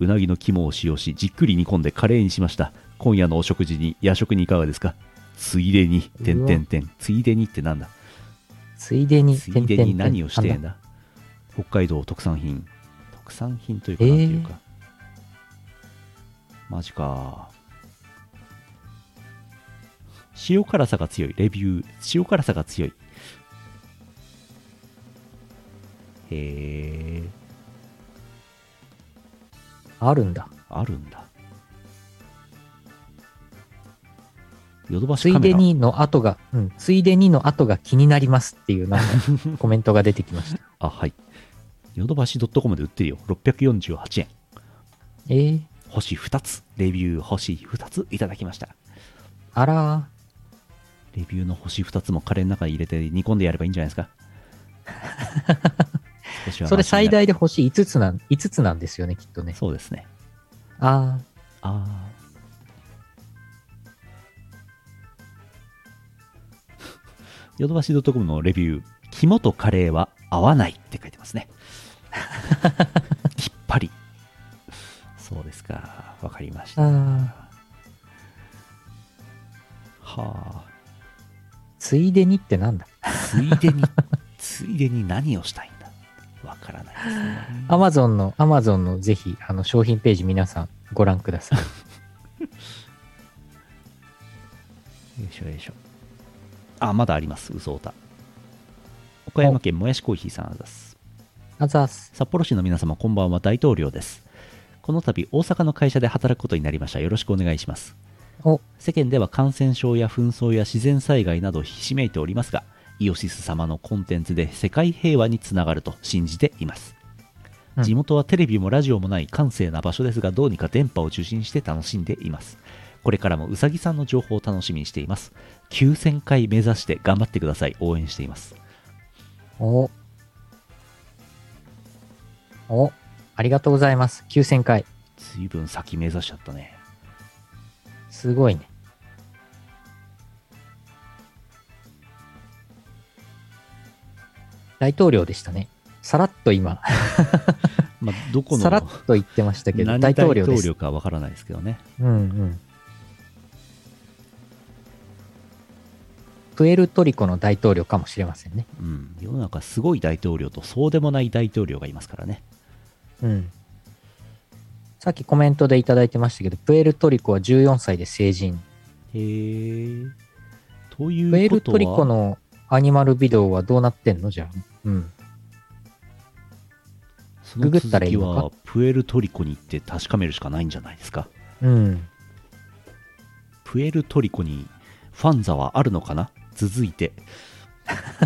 [SPEAKER 1] *laughs*
[SPEAKER 2] うなぎの肝を使用しじっくり煮込んでカレーにしました今夜のお食事に夜食にいかがですかついでにてんてんてんついでにってなんだ
[SPEAKER 1] ついでに、
[SPEAKER 2] ついでに何をして
[SPEAKER 1] て
[SPEAKER 2] ん
[SPEAKER 1] ん
[SPEAKER 2] だ北海道特産品特産品というかなんていうか、マジか塩辛さが強いレビュー塩辛さが強いへえ
[SPEAKER 1] あるんだ。
[SPEAKER 2] あるんだヨドバ
[SPEAKER 1] つ
[SPEAKER 2] シ
[SPEAKER 1] い
[SPEAKER 2] カメ
[SPEAKER 1] で
[SPEAKER 2] ラ
[SPEAKER 1] にの後が、うん、ついでにの後が気になりますっていうなんかコメントが出てきました。
[SPEAKER 2] あはいヨドバシ .com で売ってるよ648円
[SPEAKER 1] えー、
[SPEAKER 2] 星2つレビュー星2ついただきました
[SPEAKER 1] あら
[SPEAKER 2] レビューの星2つもカレーの中に入れて煮込んでやればいいんじゃないで
[SPEAKER 1] *laughs*
[SPEAKER 2] すか少し
[SPEAKER 1] ー、
[SPEAKER 2] は
[SPEAKER 1] それ最
[SPEAKER 2] マシに
[SPEAKER 1] 大で星5つなん、5つなんですよね、きっと
[SPEAKER 2] な
[SPEAKER 1] ね
[SPEAKER 2] る。そうですね
[SPEAKER 1] あ
[SPEAKER 2] ああ *laughs* ヨドバシドットコムのレビュー肝とカレーは合わないって書いてま
[SPEAKER 1] *laughs*
[SPEAKER 2] すねきっぱりそうですかわかりまし
[SPEAKER 1] ー、
[SPEAKER 2] たは
[SPEAKER 1] あー、
[SPEAKER 2] あ
[SPEAKER 1] ついでにってなんだ
[SPEAKER 2] ついでについでに何をしたいんだわからないですね
[SPEAKER 1] アマゾンの、アマゾンのぜひ、あの、商品ページ皆さんご覧ください。
[SPEAKER 2] よいしょよいしょあまだあります嘘おた岡山県もやしコーヒーさんあざす
[SPEAKER 1] あざーす。
[SPEAKER 2] 札幌市の皆様こんばんは大統領ですこの度大阪の会社で働くことになりましたよろしくお願いします
[SPEAKER 1] お、
[SPEAKER 2] 世間では感染症や紛争や自然災害などひしめいておりますがイオシス様のコンテンツで世界平和につながると信じています、
[SPEAKER 1] うん
[SPEAKER 2] 地元はテレビもラジオもない閑静な場所ですがどうにか電波を受信して楽しんでいますこれからもうさぎさんの情報を楽しみにしています9000回目指して頑張ってください応援しています
[SPEAKER 1] お。お。ありがとうございます。9000回。
[SPEAKER 2] 随分先目指しちゃったね。
[SPEAKER 1] すごいね。大統領でしたね。さらっと今、
[SPEAKER 2] まあ、どこの
[SPEAKER 1] さらっと言ってましたけど、
[SPEAKER 2] 何
[SPEAKER 1] 大統領で
[SPEAKER 2] 大
[SPEAKER 1] す。
[SPEAKER 2] かわからないですけどね。
[SPEAKER 1] うんうん。プエルトリコの大統領かもしれませんね。
[SPEAKER 2] うん、世の中すごい大統領とそうでもない大統領がいますからね。
[SPEAKER 1] うん。さっきコメントでいただいてましたけど、プエルトリコは14歳で成人。
[SPEAKER 2] へえ。と
[SPEAKER 1] プ
[SPEAKER 2] い
[SPEAKER 1] エ
[SPEAKER 2] うこ
[SPEAKER 1] ルト
[SPEAKER 2] とは、
[SPEAKER 1] リコのアニマルビデオはどうなってんのじゃあ。うん。
[SPEAKER 2] その
[SPEAKER 1] ググったら
[SPEAKER 2] 続
[SPEAKER 1] いい
[SPEAKER 2] き
[SPEAKER 1] のか
[SPEAKER 2] はプエルトリコに行って確かめるしかないんじゃないですか。
[SPEAKER 1] うん。
[SPEAKER 2] プエルトリコにファンザはあるのかな続いて。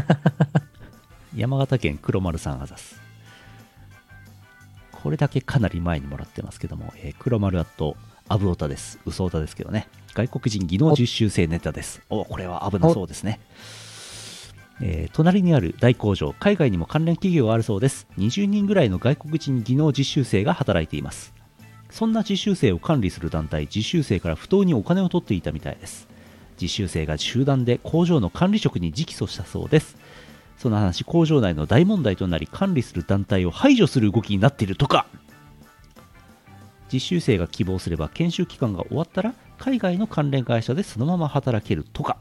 [SPEAKER 2] *laughs* 山形県黒丸さんあざす。これだけかなり前にもらってますけども、えー黒丸アットアブオタです。嘘オタですけどね。外国人技能実習生ネタです。おこれは危なそうですね。えー隣にある大工場、海外にも関連企業があるそうです。20人ぐらいの外国人技能実習生が働いています。そんな実習生を管理する団体、実習生から不当にお金を取っていたみたいです。実習生が集団で工場の管理職に直訴したそうです。その話、工場内の大問題となり、管理する団体を排除する動きになっているとか。実習生が希望すれば、研修期間が終わったら、海外の関連会社でそのまま働けるとか。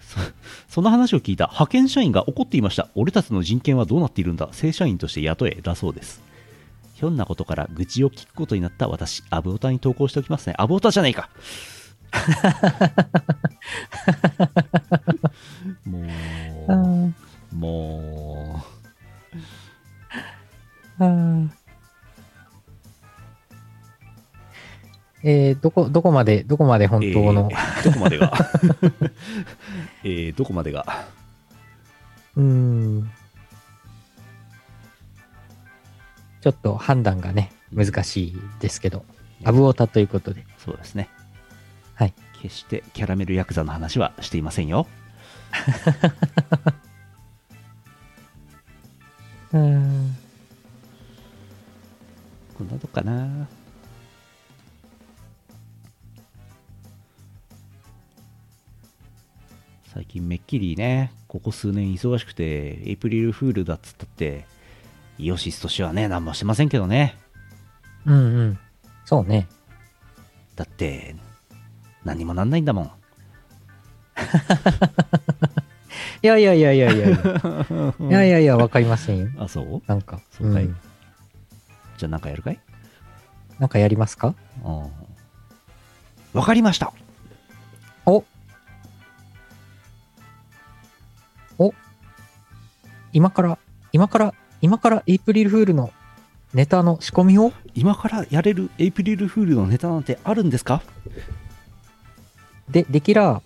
[SPEAKER 2] そその話を聞いた派遣社員が怒っていました。俺たちの人権はどうなっているんだ正社員として雇えだそうです。ひょんなことから愚痴を聞くことになった私、アブオタに投稿しておきますね。アブオタじゃないかもう、も
[SPEAKER 1] えーどこ、どこまで、どこまで
[SPEAKER 2] う、
[SPEAKER 1] 本当の、
[SPEAKER 2] えーどこまでが、 *laughs* えーどこまでが、
[SPEAKER 1] うーん。ちょっと判断がね、難しいですけど、アブオタということで。
[SPEAKER 2] そうですね。
[SPEAKER 1] はい。
[SPEAKER 2] 決してキャラメルヤクザの話はしていませんよ。
[SPEAKER 1] うん。
[SPEAKER 2] こんなとこかな。最近めっきりね、ここ数年忙しくて、エイプリルフールだっつったって、イオシスとしてはね、何もしてませんけどね。
[SPEAKER 1] うんうん。そうね。
[SPEAKER 2] だって、何にもなんないんだもん。
[SPEAKER 1] いやいやいやいやいやい
[SPEAKER 2] *laughs*
[SPEAKER 1] や。いやいやいや、わかりませんよ。
[SPEAKER 2] あ、そう
[SPEAKER 1] なんか、
[SPEAKER 2] そうかい
[SPEAKER 1] ん
[SPEAKER 2] じゃあなんかやるかい
[SPEAKER 1] なんかやりますか
[SPEAKER 2] うん。わかりました
[SPEAKER 1] おお今から、今から、今からエイプリルフールのネタの仕込みを
[SPEAKER 2] 今からやれるエイプリルフールのネタなんてあるんですか
[SPEAKER 1] で、できら、
[SPEAKER 2] や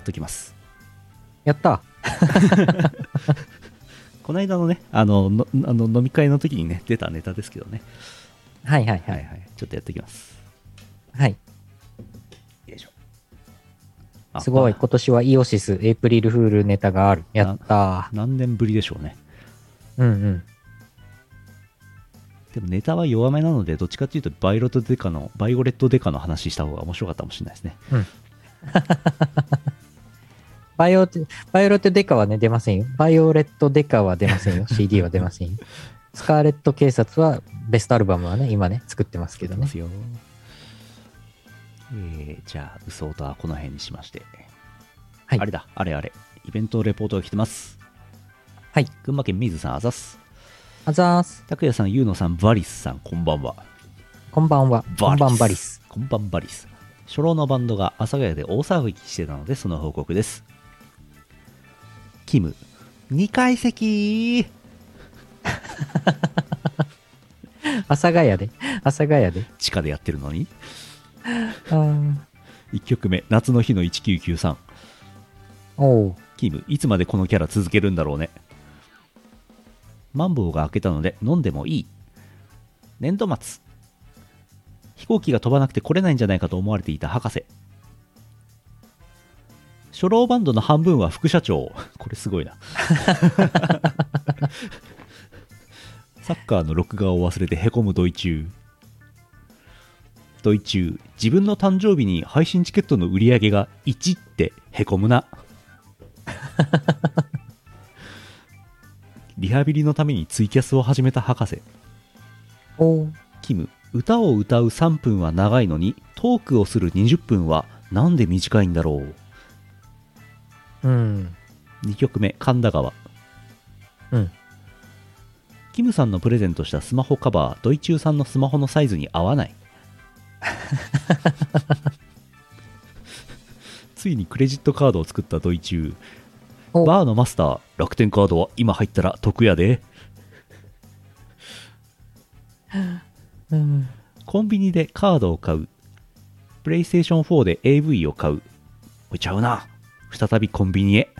[SPEAKER 2] っときます。
[SPEAKER 1] やった。
[SPEAKER 2] この間のね、あの、のあの飲み会の時にね、出たネタですけどね。
[SPEAKER 1] はいはいは
[SPEAKER 2] はい
[SPEAKER 1] い。
[SPEAKER 2] はい、ちょっとやっていきます。
[SPEAKER 1] はい。
[SPEAKER 2] よいしょ。あ
[SPEAKER 1] すごい、
[SPEAKER 2] ま
[SPEAKER 1] 今年はイオシス、エイプリルフールネタがある。やった
[SPEAKER 2] あ。何年ぶりでしょうね。
[SPEAKER 1] うんうん。
[SPEAKER 2] でもネタは弱めなので、どっちかというとバイロットデカの、バイオレットデカの話した方が面白かったかもしれないですね。
[SPEAKER 1] バイオ、バイオレットデカはね、出ませんよ。バイオレットデカは出ま *laughs* せんよ。CD は出ませんよ。スカーレット警察は、ベストアルバムはね、今ね、作ってますけど
[SPEAKER 2] で
[SPEAKER 1] ね。
[SPEAKER 2] すよ。えー、じゃあ、嘘音はこの辺にしまして。
[SPEAKER 1] はい
[SPEAKER 2] あれだ、あれあれ。イベントレポートが来てます。
[SPEAKER 1] はい。
[SPEAKER 2] 群馬県水さん、あざっす。
[SPEAKER 1] あざーす。
[SPEAKER 2] 拓也さん、ゆうのさん、バリスさん、こんばんは。
[SPEAKER 1] こんばんは。こんばんバリス。。
[SPEAKER 2] こんばんバリス。初老のバンドが阿佐ヶ谷で大騒ぎしてたので、その報告です。キム、2階席
[SPEAKER 1] 阿佐ヶ谷で、阿佐ヶ谷で。
[SPEAKER 2] 地下でやってるのに。
[SPEAKER 1] あー
[SPEAKER 2] 1曲目、夏の日の1993。
[SPEAKER 1] おう。
[SPEAKER 2] キム、いつまでこのキャラ続けるんだろうね。マンボウが開けたので飲んでもいい。年度末。飛行機が飛ばなくて来れないんじゃないかと思われていた博士。初老バン *laughs* ドの半分は副社長。これすごいな。サッカーの録画を忘れてへこむドイ中ドイ中自分の誕生日に配信チケットの売り上げが1ってへこむなリハビリのためにツイキャスを始めた博士
[SPEAKER 1] おー
[SPEAKER 2] キム歌を歌う3分は長いのにトークをする20分はなんで短いんだろう
[SPEAKER 1] うん。
[SPEAKER 2] 2曲目神田川
[SPEAKER 1] うん
[SPEAKER 2] キムさんのプレゼントしたスマホカバードイチューさんのスマホのサイズに合わないついにクレジットカードを作ったドイチュー
[SPEAKER 1] お
[SPEAKER 2] バーのマスター楽天カードは今入ったら得やで
[SPEAKER 1] うん。
[SPEAKER 2] コンビニでカードを買うプレイステーション4で AV を買う置いちゃうな再びコンビニへ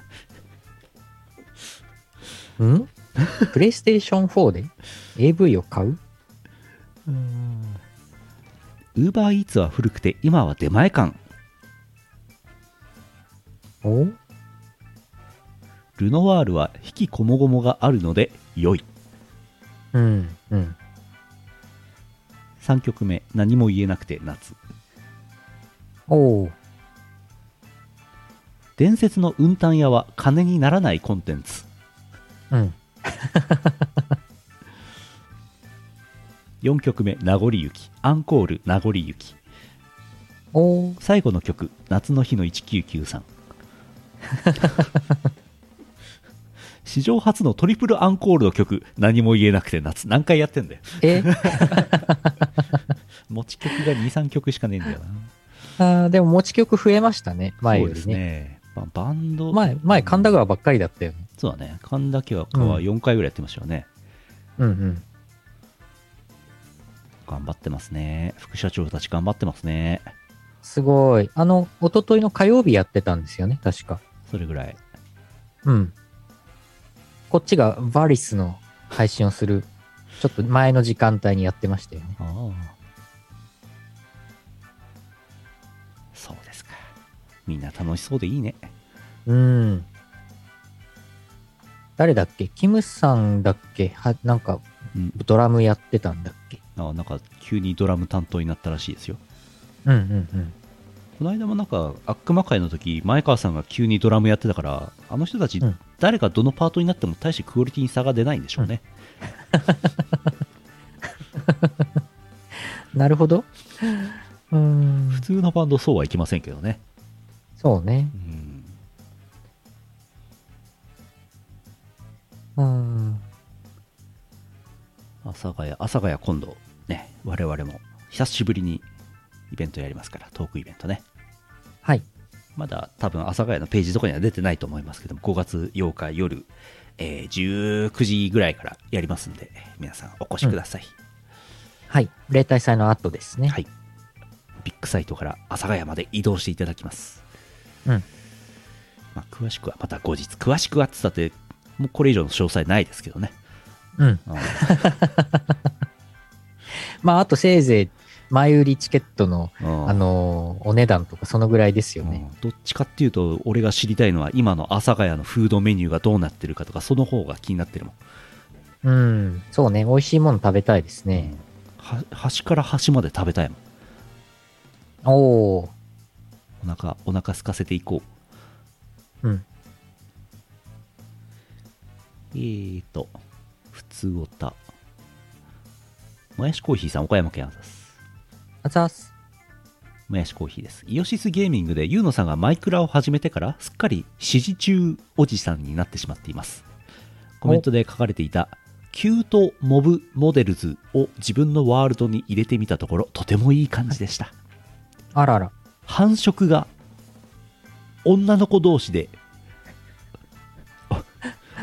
[SPEAKER 1] んプレイステーション4で AV を買う
[SPEAKER 2] ウーバーイーツは古くて今は出前館
[SPEAKER 1] お
[SPEAKER 2] ルノワールは引きこもごもがあるので良い
[SPEAKER 1] うん。うん。
[SPEAKER 2] 3曲目何も言えなくて夏
[SPEAKER 1] おー
[SPEAKER 2] 伝説の運搬屋は金にならないコンテンツ
[SPEAKER 1] うん。
[SPEAKER 2] 4曲目名残雪アンコール名残雪
[SPEAKER 1] おー
[SPEAKER 2] 最後の曲夏の日の1993
[SPEAKER 1] *laughs*
[SPEAKER 2] 史上初のトリプルアンコールの曲何も言えなくて夏何回やってんだよ
[SPEAKER 1] え *laughs*
[SPEAKER 2] 持ち曲が23曲しかねえんだよな
[SPEAKER 1] あーでも持ち曲増えましたね。前よ
[SPEAKER 2] そうで
[SPEAKER 1] り
[SPEAKER 2] す
[SPEAKER 1] ね。
[SPEAKER 2] ねババンド
[SPEAKER 1] 前、前、神田川ばっかりだったよね。
[SPEAKER 2] そうだね神田家は川
[SPEAKER 1] うん
[SPEAKER 2] 4回ぐらいやってましたよね、
[SPEAKER 1] うんうん。
[SPEAKER 2] 頑張ってますね副社長たち頑張ってますね
[SPEAKER 1] すごい。あの、一昨日の火曜日やってたんですよね、確か。
[SPEAKER 2] それぐらい
[SPEAKER 1] うん。こっちがバリスの配信をする、ちょっと前の時間帯にやってましたよね。
[SPEAKER 2] ああそうですかみんな楽しそうでいいね
[SPEAKER 1] うん。誰だっけキムさんだっけは、なんか、
[SPEAKER 2] うん
[SPEAKER 1] ドラムやってたんだっけ
[SPEAKER 2] あなんか急にドラム担当になったらしいですよ
[SPEAKER 1] うんうんうん。
[SPEAKER 2] この間もなんか悪魔会の時前川さんが急にドラムやってたからあの人たち
[SPEAKER 1] うん
[SPEAKER 2] 誰がどのパートになっても大してクオリティに差が出ないんでしょうね、
[SPEAKER 1] なるほど。うーん
[SPEAKER 2] 普。通のバンドそうはいきませんけどね
[SPEAKER 1] そうね。
[SPEAKER 2] うん
[SPEAKER 1] うん。
[SPEAKER 2] 阿佐ヶ谷阿佐ヶ谷今度ね我々も久しぶりにイベントやりますからトークイベントね
[SPEAKER 1] はい。
[SPEAKER 2] まだ多分阿佐ヶ谷のページとかには出てないと思いますけども5月8日夜、えー19時ぐらいからやりますんで皆さんお越しください、
[SPEAKER 1] はい。例大祭の後ですね。
[SPEAKER 2] はいビッグサイトから阿佐ヶ谷まで移動していただきます
[SPEAKER 1] うん
[SPEAKER 2] まあ詳しくはまた後日詳しくはっつったってもうこれ以上の詳細ないですけど
[SPEAKER 1] *laughs*
[SPEAKER 2] ね、
[SPEAKER 1] うん。
[SPEAKER 2] うん
[SPEAKER 1] まあ、あとせいぜい前売りチケットの、
[SPEAKER 2] うん
[SPEAKER 1] あのーお値段とかそのぐらいですよね。
[SPEAKER 2] うんどっちかっていうと俺が知りたいのは今の阿佐ヶ谷のフードメニューがどうなってるかとかその方が気になってるもん、
[SPEAKER 1] うん、そうね。美味しいもの食べたいですね。
[SPEAKER 2] は端から端まで食べたいもん
[SPEAKER 1] おお。
[SPEAKER 2] お腹お腹空かせていこう
[SPEAKER 1] うん。
[SPEAKER 2] えーと普通おたもやしコーヒーさん岡山県あざす
[SPEAKER 1] あざっす。
[SPEAKER 2] もやしコーヒーですイオシスゲーミングでユーノさんがマイクラを始めてからすっかり支持中おじさんになってしまっていますコメントで書かれていたキュートモブモデルズを自分のワールドに入れてみたところとてもいい感じでした
[SPEAKER 1] あらら。
[SPEAKER 2] 繁殖が女の子同士で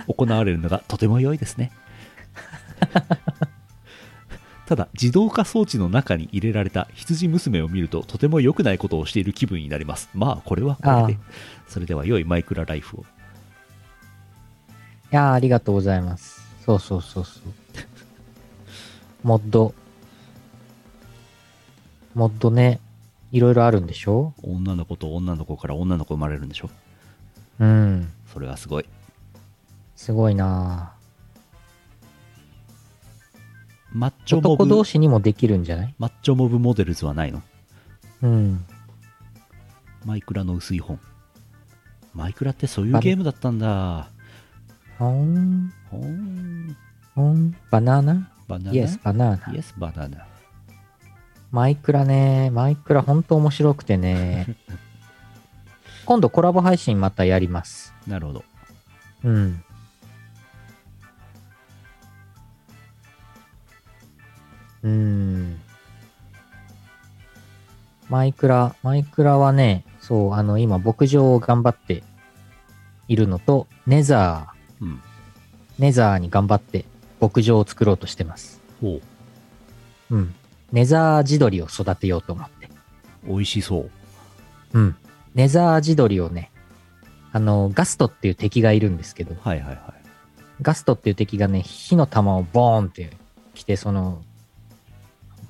[SPEAKER 2] 行われるのがとても良いですね *laughs* ただ自動化装置の中に入れられた羊娘を見るととても良くないことをしている気分になりますまあこれはこれでそれでは良いマイクラライフを
[SPEAKER 1] いやーありがとうございます。そうそうそうそう。 *laughs* モッド。モッドね。いろいろあるんでしょ
[SPEAKER 2] 女の子と女の子から女の子生まれるんでしょ
[SPEAKER 1] うん。
[SPEAKER 2] それはすごい
[SPEAKER 1] すごいなー
[SPEAKER 2] マッチョモ
[SPEAKER 1] 男同
[SPEAKER 2] ブ、
[SPEAKER 1] 士にもできるんじゃない
[SPEAKER 2] マッチョモブモデルズはないの
[SPEAKER 1] うん。
[SPEAKER 2] マイクラの薄い本。マイクラってそうい
[SPEAKER 1] バ
[SPEAKER 2] う
[SPEAKER 1] ナ
[SPEAKER 2] ゲームだったんだ。
[SPEAKER 1] ほん、
[SPEAKER 2] ほーん。
[SPEAKER 1] ほん、バナナ
[SPEAKER 2] バナナ。
[SPEAKER 1] イエス、バナナ。
[SPEAKER 2] イエスバナナ。
[SPEAKER 1] マイクラね、マイクラ本当面白くて *laughs* ね。今度コラボ配信またやります。
[SPEAKER 2] なるほど。
[SPEAKER 1] うん。うーん。マイクラ、マイクラはね、そう、あの、今、牧場を頑張っているのと、ネザー、
[SPEAKER 2] うん。
[SPEAKER 1] ネザーに頑張って牧場を作ろうとしてます。
[SPEAKER 2] ほう。
[SPEAKER 1] うん。ネザー地鶏を育てようと思って。
[SPEAKER 2] 美味しそう。
[SPEAKER 1] うん。ネザー地鶏をね、あの、ガストっていう敵がいるんですけど、
[SPEAKER 2] はいはいは
[SPEAKER 1] ガストっていう敵がね、火の玉をボーンって来て、その、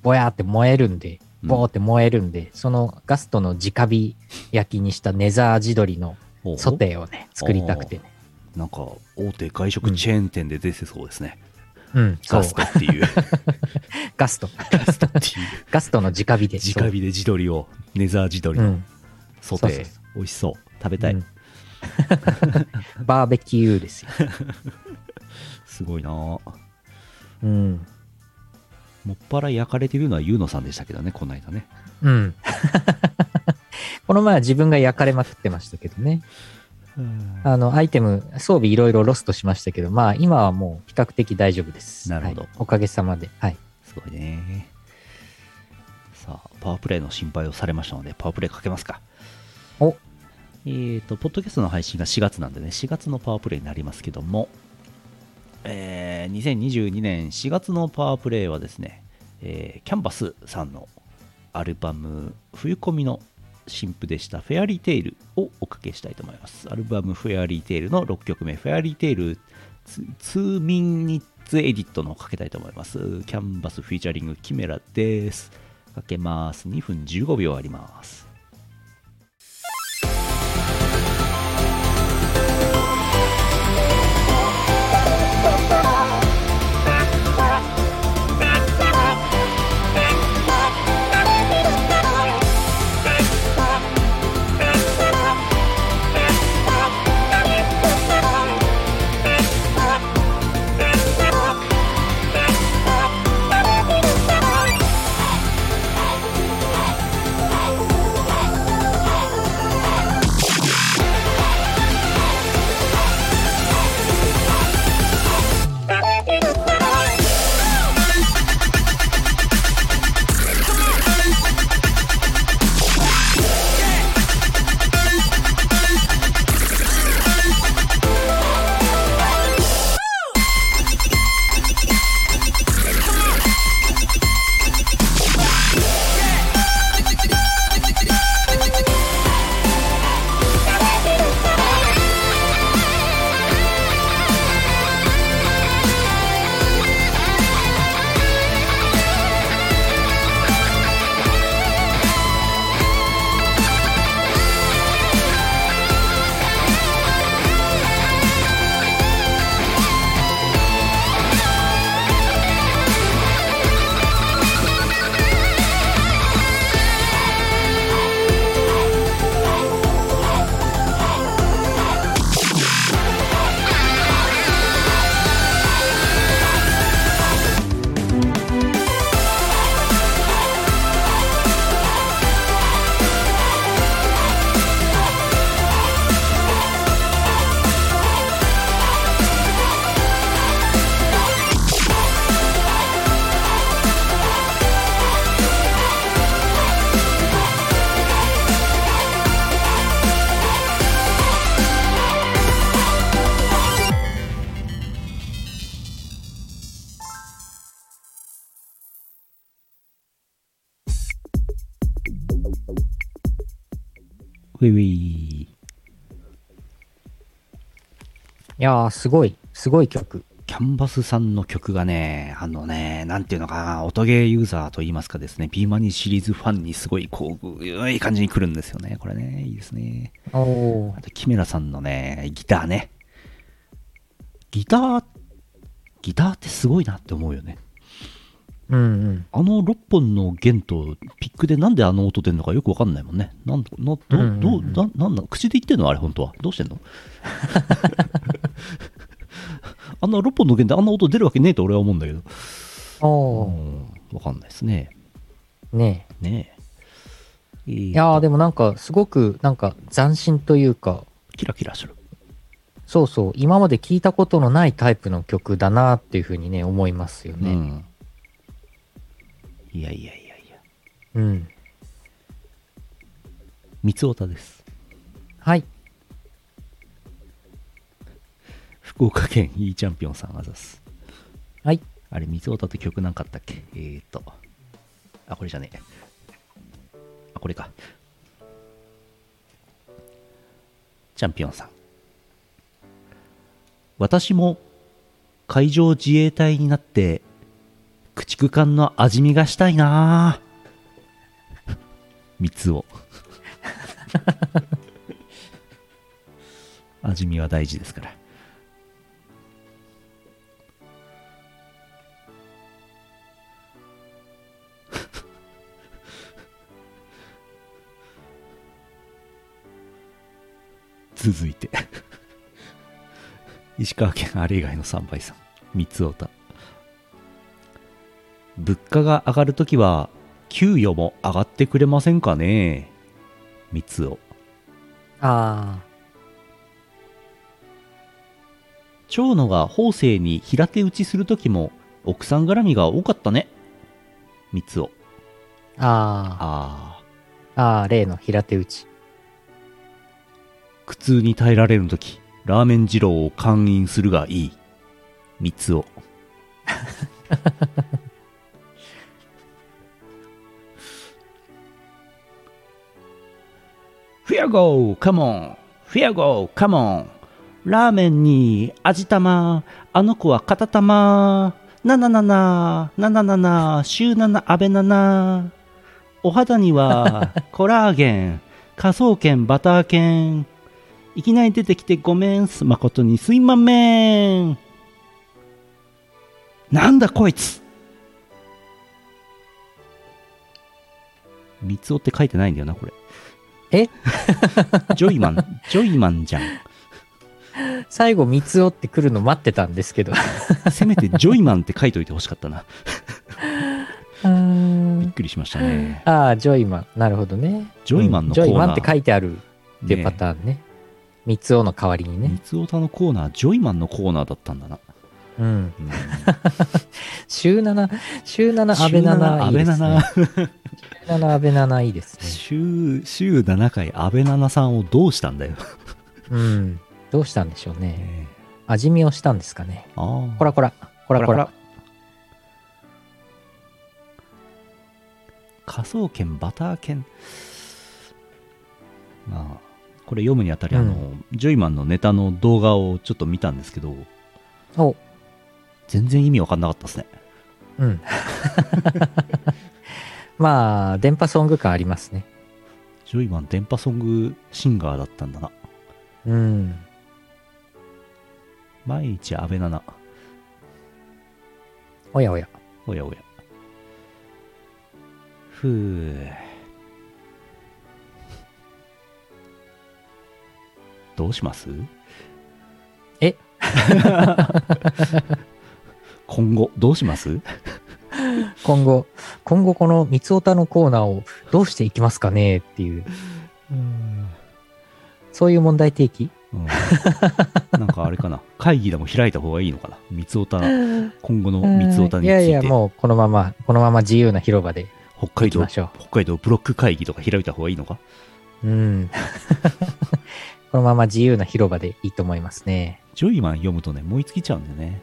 [SPEAKER 1] ぼやーって燃えるんで、
[SPEAKER 2] い。
[SPEAKER 1] ボー
[SPEAKER 2] う
[SPEAKER 1] っ
[SPEAKER 2] ん
[SPEAKER 1] て燃えるんで、そのガストの直火焼きにしたネザー地鶏の
[SPEAKER 2] ほう
[SPEAKER 1] ソテーをね、作りたくてね。
[SPEAKER 2] なんか、大手外食チェーン店で出てそうですね。
[SPEAKER 1] うん、そう
[SPEAKER 2] ガストっ
[SPEAKER 1] *laughs*
[SPEAKER 2] ていう。
[SPEAKER 1] ガスト。
[SPEAKER 2] ガストっていう。
[SPEAKER 1] ガストの直火で。
[SPEAKER 2] 直火で自撮りを、ネザー自撮り
[SPEAKER 1] そうう
[SPEAKER 2] の
[SPEAKER 1] ん。
[SPEAKER 2] ソ
[SPEAKER 1] そうそう
[SPEAKER 2] テー
[SPEAKER 1] そ。
[SPEAKER 2] 美味しそう。食べた
[SPEAKER 1] う
[SPEAKER 2] い
[SPEAKER 1] ん。 *laughs* バーベキューですよ。
[SPEAKER 2] すごいなあ
[SPEAKER 1] うん。
[SPEAKER 2] もっぱら焼かれてるのはゆうのさんでしたけどね、この間ね。
[SPEAKER 1] うん。 *laughs* この前は自分が焼かれまくってましたけどね。あの、アイテム、装備いろいろロストしましたけど、まあ、今はもう比較的大丈夫です。
[SPEAKER 2] なるほど
[SPEAKER 1] はいおかげさまで。はい。
[SPEAKER 2] すごいね。さあ、パワープレイの心配をされましたので、パワープレイかけますか。
[SPEAKER 1] お、
[SPEAKER 2] えっ、と、ポッドキャストの配信が4月なんでね、4月のパワープレイになりますけども、えー2022年4月のパワープレイはですね、えーキャンバスさんのアルバム、冬コミの新譜でした、フェアリーテイルをおかけしたいと思います。アルバム、フェアリーテイルの6曲目、フェアリーテイル2ミニッツエディットのをかけたいと思います。キャンバスフィーチャリング、キメラです。かけます。2分15秒あります。ウィウィー
[SPEAKER 1] いやー、すごい、すごい曲。
[SPEAKER 2] キャンバスさんの曲がね、あのね、なんていうのかな、音ゲーユーザーと言いますかですね、ビーマニシリーズファンにすごい、こう、いい感じに来るんですよね。これね、いいですね。
[SPEAKER 1] おお
[SPEAKER 2] あ。と、キメラさんのね、ギターね。ギター、ギターってすごいなって思うよね。
[SPEAKER 1] うんうん。
[SPEAKER 2] あの6本の弦とピックでなんであの音出るのかよくわかんないもんね。なんだな
[SPEAKER 1] う
[SPEAKER 2] ど、
[SPEAKER 1] んうん
[SPEAKER 2] ど
[SPEAKER 1] う
[SPEAKER 2] うんななんだ口で言ってんのあれ本当は。どうしてんの *laughs* あんな6本の弦であんな音出るわけねえと俺は思うんだけど。う
[SPEAKER 1] おー
[SPEAKER 2] んわかんないですね。
[SPEAKER 1] ねえ
[SPEAKER 2] ねえ。い
[SPEAKER 1] いやーでもなんか、すごく、なんか、斬新というか、
[SPEAKER 2] キラキラしてる。
[SPEAKER 1] そうそう、今まで聞いたことのないタイプの曲だなっていうふうにね、思いますよ
[SPEAKER 2] う
[SPEAKER 1] ね。
[SPEAKER 2] ん。いやいやいやいや。
[SPEAKER 1] うん。
[SPEAKER 2] 三つおたです。
[SPEAKER 1] はい。
[SPEAKER 2] 福岡県 E チャンピオンさんあざす。
[SPEAKER 1] はい。
[SPEAKER 2] あれ、三つおたって曲なんかあったっけえーと。あ、これじゃねえ。あ、これか。チャンピオンさん。私も海上自衛隊になって駆逐艦の味見がしたいなぁ。 *laughs* 三つお。 *laughs* 味見は大事ですから。続いて *laughs* 石川県あれ以外の3倍さん三つおた物価が上がるときは給与も上がってくれませんかね三つお
[SPEAKER 1] あ
[SPEAKER 2] 長野が法政に平手打ちするときも奥さん絡みが多かったね三つお
[SPEAKER 1] あ、あ
[SPEAKER 2] ああ
[SPEAKER 1] あ、ああ、例の平手打ち。
[SPEAKER 2] 苦痛に耐えられるときラーメン二郎を勧飲するがいい三つ *laughs* おフィアゴーカモンフィアゴーカモンラーメンに味玉あの子は片玉なななななななな週7安倍ななお肌にはコラーゲン *laughs* 科捜研バター犬いきなり出てきてごめんす誠にすいまめんなんだこいつ三つおって書いてないんだよなこれ
[SPEAKER 1] え *laughs*
[SPEAKER 2] ジョイマンジョイマンじゃん
[SPEAKER 1] 最後、三つおって来るの待ってたんですけど。
[SPEAKER 2] せめてジョイマンって書いといてほしかったな。びっ
[SPEAKER 1] あ
[SPEAKER 2] くりしましたね。
[SPEAKER 1] あ、ジョイマン。なるほどね。
[SPEAKER 2] ジョイマンのコ
[SPEAKER 1] ジョ
[SPEAKER 2] ー
[SPEAKER 1] イマン
[SPEAKER 2] ナー。
[SPEAKER 1] って書いてあるっていう
[SPEAKER 2] ね
[SPEAKER 1] パターンね。三つおの代わりに
[SPEAKER 2] え
[SPEAKER 1] ね
[SPEAKER 2] 三。つおたのコーナー、ジョイマンのコーナーだったん
[SPEAKER 1] *laughs*
[SPEAKER 2] だな。
[SPEAKER 1] うん。
[SPEAKER 2] うん
[SPEAKER 1] 週7、週7、安倍7、いいですね。週7、安倍7、いいですね。
[SPEAKER 2] 週、週7回、安倍奈々さんをどうしたんだよ。
[SPEAKER 1] うん。どうしたんでしょうね。
[SPEAKER 2] ねえ
[SPEAKER 1] 味見をしたんですかね。
[SPEAKER 2] あー
[SPEAKER 1] こらこら、こらこら。
[SPEAKER 2] 科捜研バター研まあこれ読むにあたり、あ
[SPEAKER 1] う
[SPEAKER 2] のジョイマンのネタの動画をちょっと見たんですけど
[SPEAKER 1] お、
[SPEAKER 2] 全然意味わかんなかったですね
[SPEAKER 1] うん。 *laughs* まあ、電波ソング感ありますね。
[SPEAKER 2] ジョイマン電波ソングシンガーだったんだな
[SPEAKER 1] うん。
[SPEAKER 2] 毎日安倍奈々
[SPEAKER 1] おやおや。
[SPEAKER 2] おやおやふうどうします
[SPEAKER 1] え
[SPEAKER 2] *laughs* 今後どうします
[SPEAKER 1] 今後、今後この三つおたのコーナーをどうしていきますかねっていう、
[SPEAKER 2] うん
[SPEAKER 1] そういう問題提起
[SPEAKER 2] なんかあれかな会議でも開いた方がいいのかな三つおた今後の三つおたに
[SPEAKER 1] い
[SPEAKER 2] ついて
[SPEAKER 1] やいや、もうこのまま、このまま自由な広場で
[SPEAKER 2] 北
[SPEAKER 1] 行
[SPEAKER 2] 海
[SPEAKER 1] き
[SPEAKER 2] 道
[SPEAKER 1] ましょ
[SPEAKER 2] 北海道ブロック会議とか開いた方がいいのか
[SPEAKER 1] う。
[SPEAKER 2] *laughs*
[SPEAKER 1] うん。このまま自由な広場でいいと思いますね。
[SPEAKER 2] ジョイマン読むとね燃え尽きちゃうんだよね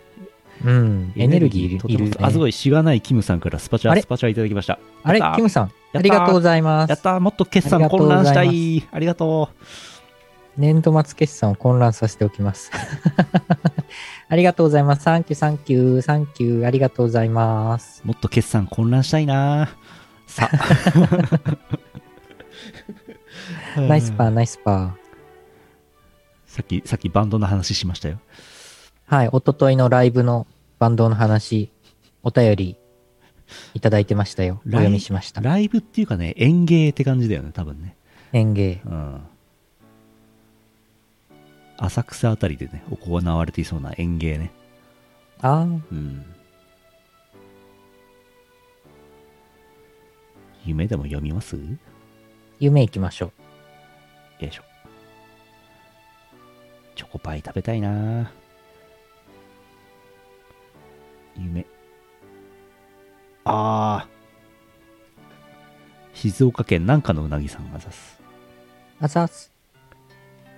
[SPEAKER 1] うん。エネルギーいる
[SPEAKER 2] と
[SPEAKER 1] い
[SPEAKER 2] ても
[SPEAKER 1] る、ね。
[SPEAKER 2] あすごいしがないキムさんからスパチ
[SPEAKER 1] あ
[SPEAKER 2] ャ
[SPEAKER 1] れ
[SPEAKER 2] スパチャいただきました
[SPEAKER 1] あれ
[SPEAKER 2] やった、
[SPEAKER 1] キムさん、
[SPEAKER 2] た
[SPEAKER 1] ありがとうございま
[SPEAKER 2] やっ
[SPEAKER 1] す。
[SPEAKER 2] たもっと決算混乱したいありがとう
[SPEAKER 1] 年度末決算を混乱させておきます。 *laughs* ありがとうございます。サンキュー、サンキュー、サンキュー、ありがとうございます。
[SPEAKER 2] もっと決算混乱したいなさ
[SPEAKER 1] *laughs* ナイスパー、ナイスパ
[SPEAKER 2] さっきさっきバンドの話しましたよ
[SPEAKER 1] ー。はい、おとといのライブのバンドの話、お便りいただいてましたよ。お読みしました。
[SPEAKER 2] ライブっていうかね、演芸って感じだよね、多分ね。
[SPEAKER 1] 園芸。
[SPEAKER 2] うん。浅草あたりでね、行われていそうな演芸ね。
[SPEAKER 1] あ
[SPEAKER 2] うん。夢でも読みますよ
[SPEAKER 1] あ、夢行きましょう。
[SPEAKER 2] いしょ。チョコパイ食べたいな夢。ああ。静岡県南下のうなぎさんが指す。
[SPEAKER 1] あざっす。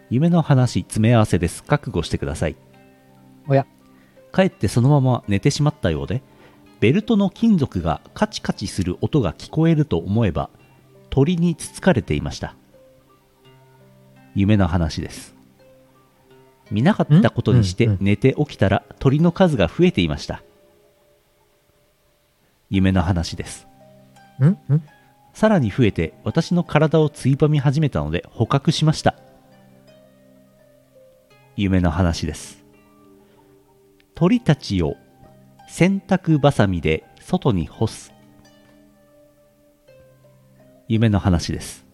[SPEAKER 2] 夢の話、詰め合わせです。覚悟してください。
[SPEAKER 1] おや、
[SPEAKER 2] 帰ってそのまま寝てしまったようでベルトの金属がカチカチする音が聞こえると思えば鳥につつかれていました夢の話です見なかったことに
[SPEAKER 1] ん
[SPEAKER 2] し
[SPEAKER 1] うん
[SPEAKER 2] て
[SPEAKER 1] うん
[SPEAKER 2] 寝て起きたら鳥の数が増えていました夢の話です
[SPEAKER 1] んん
[SPEAKER 2] さらに増えて私の体をついばみ始めたので捕獲しました夢の話です鳥たちを洗濯ばさみで外に干す夢の話です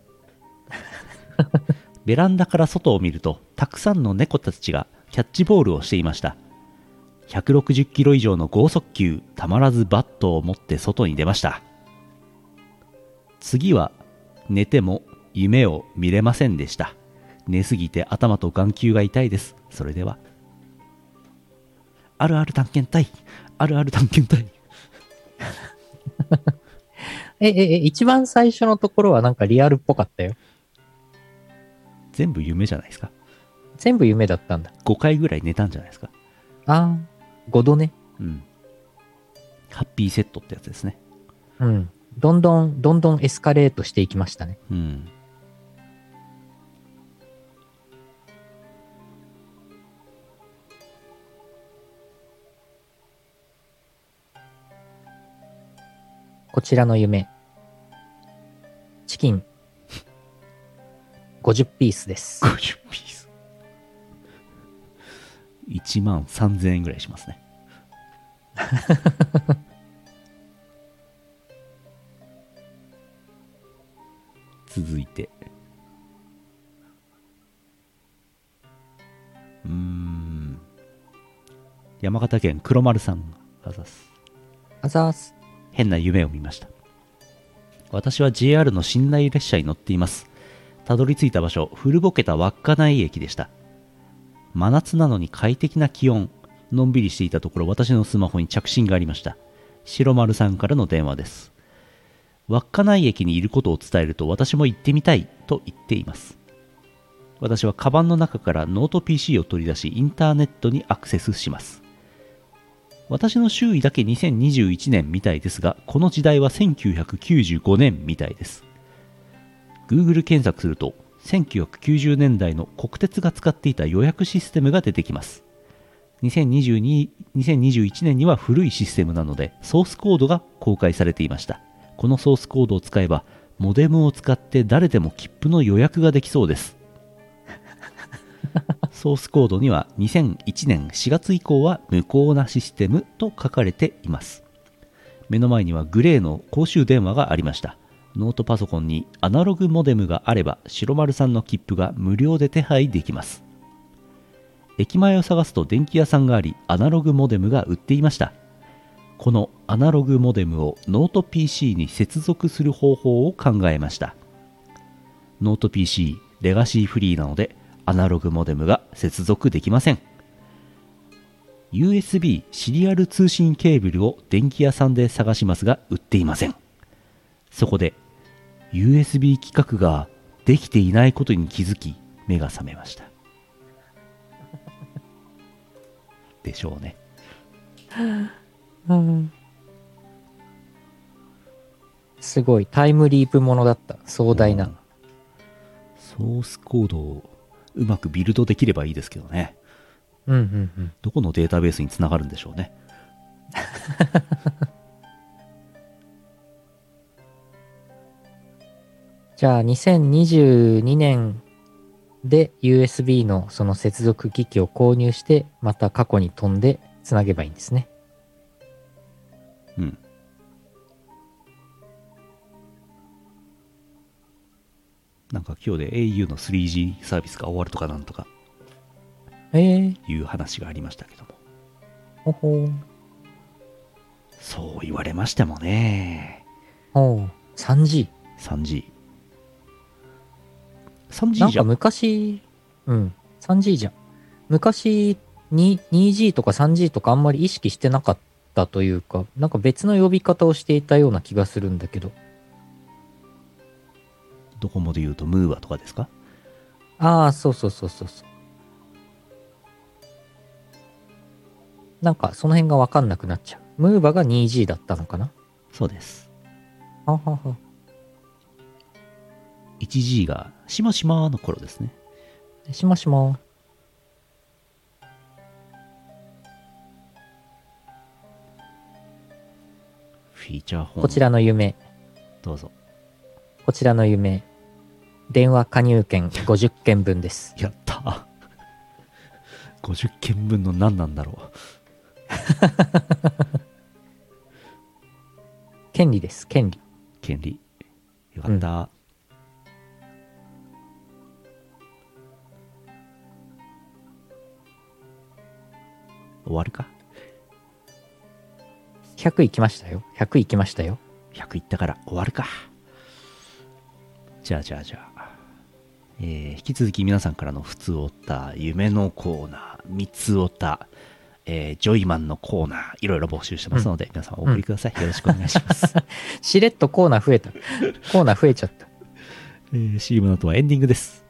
[SPEAKER 2] ベランダから外を見るとたくさんの猫たちがキャッチボールをしていました160キロ以上の剛速球たまらずバットを持って外に出ました次は寝ても夢を見れませんでした寝すぎて頭と眼球が痛いですそれではあるある探検隊あるある探検隊
[SPEAKER 1] え、え、え、一番最初のところはなんかリアルっぽかったよ。
[SPEAKER 2] 全部夢じゃないですか
[SPEAKER 1] 全部夢だったんだ。
[SPEAKER 2] 5回ぐらい寝たんじゃないですか
[SPEAKER 1] ああ、5度ね。
[SPEAKER 2] うんハッピーセットってやつですね
[SPEAKER 1] うん。どんどん、どんどんエスカレートしていきましたね。
[SPEAKER 2] うん
[SPEAKER 1] こちらの夢。チキン。50ピースです。
[SPEAKER 2] 50ピース1万3000円ぐらいしますね *laughs* 続いてうーん山形県黒丸さんがざす
[SPEAKER 1] あざーす。
[SPEAKER 2] 変な夢を見ました私は JR の寝台列車に乗っていますたどり着いた場所古ぼけた稚内駅でした真夏なのに快適な気温のんびりしていたところ私のスマホに着信がありました白丸さんからの電話です稚内駅にいることを伝えると私も行ってみたいと言っています私はカバンの中からノート PC を取り出しインターネットにアクセスします私の周囲だけ2021年みたいですがこの時代は1995年みたいです Google 検索すると1990年代の国鉄が使っていた予約システムが出てきます2022 2021年には古いシステムなのでソースコードが公開されていましたこのソースコードを使えばモデムを使って誰でも切符の予約ができそうですソースコードには2001年4月以降は無効なシステムと書かれています。目の前にはグレーの公衆電話がありました。ノートパソコンにアナログモデムがあれば白丸さんの切符が無料で手配できます。駅前を探すと電気屋さんがありアナログモデムが売っていました。このアナログモデムをノート PC に接続する方法を考えました。ノート PC レガシーフリーなのでアナログモデムが接続できません USB シリアル通信ケーブルを電気屋さんで探しますが売っていませんそこで USB 規格ができていないことに気づき目が覚めましたでしょうね
[SPEAKER 1] すごい。タイムリープものだった。壮大な。
[SPEAKER 2] うんソースコードをうまくビルドできればいいですけどね
[SPEAKER 1] うんうんうん。
[SPEAKER 2] どこのデータベースにつながるんでしょうね。
[SPEAKER 1] じゃあ、2022年で USB のその接続機器を購入して、また過去に飛んでつなげばいいんですね。
[SPEAKER 2] うん。なんか今日で au の 3G サービスが終わるとかなんとか
[SPEAKER 1] えー、
[SPEAKER 2] いう話がありましたけども
[SPEAKER 1] ほほう。
[SPEAKER 2] そう言われましてもね
[SPEAKER 1] ほう。3G。
[SPEAKER 2] 3G
[SPEAKER 1] な
[SPEAKER 2] 3G
[SPEAKER 1] ん
[SPEAKER 2] じ
[SPEAKER 1] か
[SPEAKER 2] ゃん
[SPEAKER 1] 昔、うん、3G じゃん。昔に 2G とか 3G とかあんまり意識してなかったというか、なんか別の呼び方をしていたような気がするんだけど。
[SPEAKER 2] ドコモで言うとムーアとかですか
[SPEAKER 1] ああ、そうそうそうそうそう。なんかその辺がわかんなくなっちゃう。ムーバが 2G だったのかな
[SPEAKER 2] そうです
[SPEAKER 1] ははは。
[SPEAKER 2] 1G がしましまの頃ですね
[SPEAKER 1] しましま。
[SPEAKER 2] フィーチャーホーン
[SPEAKER 1] こちらの夢。
[SPEAKER 2] どうぞ
[SPEAKER 1] こちらの夢。電話加入券50件分です。
[SPEAKER 2] やったー *laughs* 50件分の何なんだろう
[SPEAKER 1] 権利です、権利。
[SPEAKER 2] 権利よかったー、終わるか
[SPEAKER 1] 100いきましたよ。100いきましたよ。
[SPEAKER 2] 100いったから終わるかじゃあじゃあじゃあ、えー引き続き皆さんからの「ふつおた」「夢のコーナー」「みつおた」えージョイマンのコーナーいろいろ募集してますので、皆さんお送りください、よろしくお願いします、
[SPEAKER 1] しれっとコーナー増えた。コーナー増えちゃった。
[SPEAKER 2] *laughs* えー、CM の後はエンディングです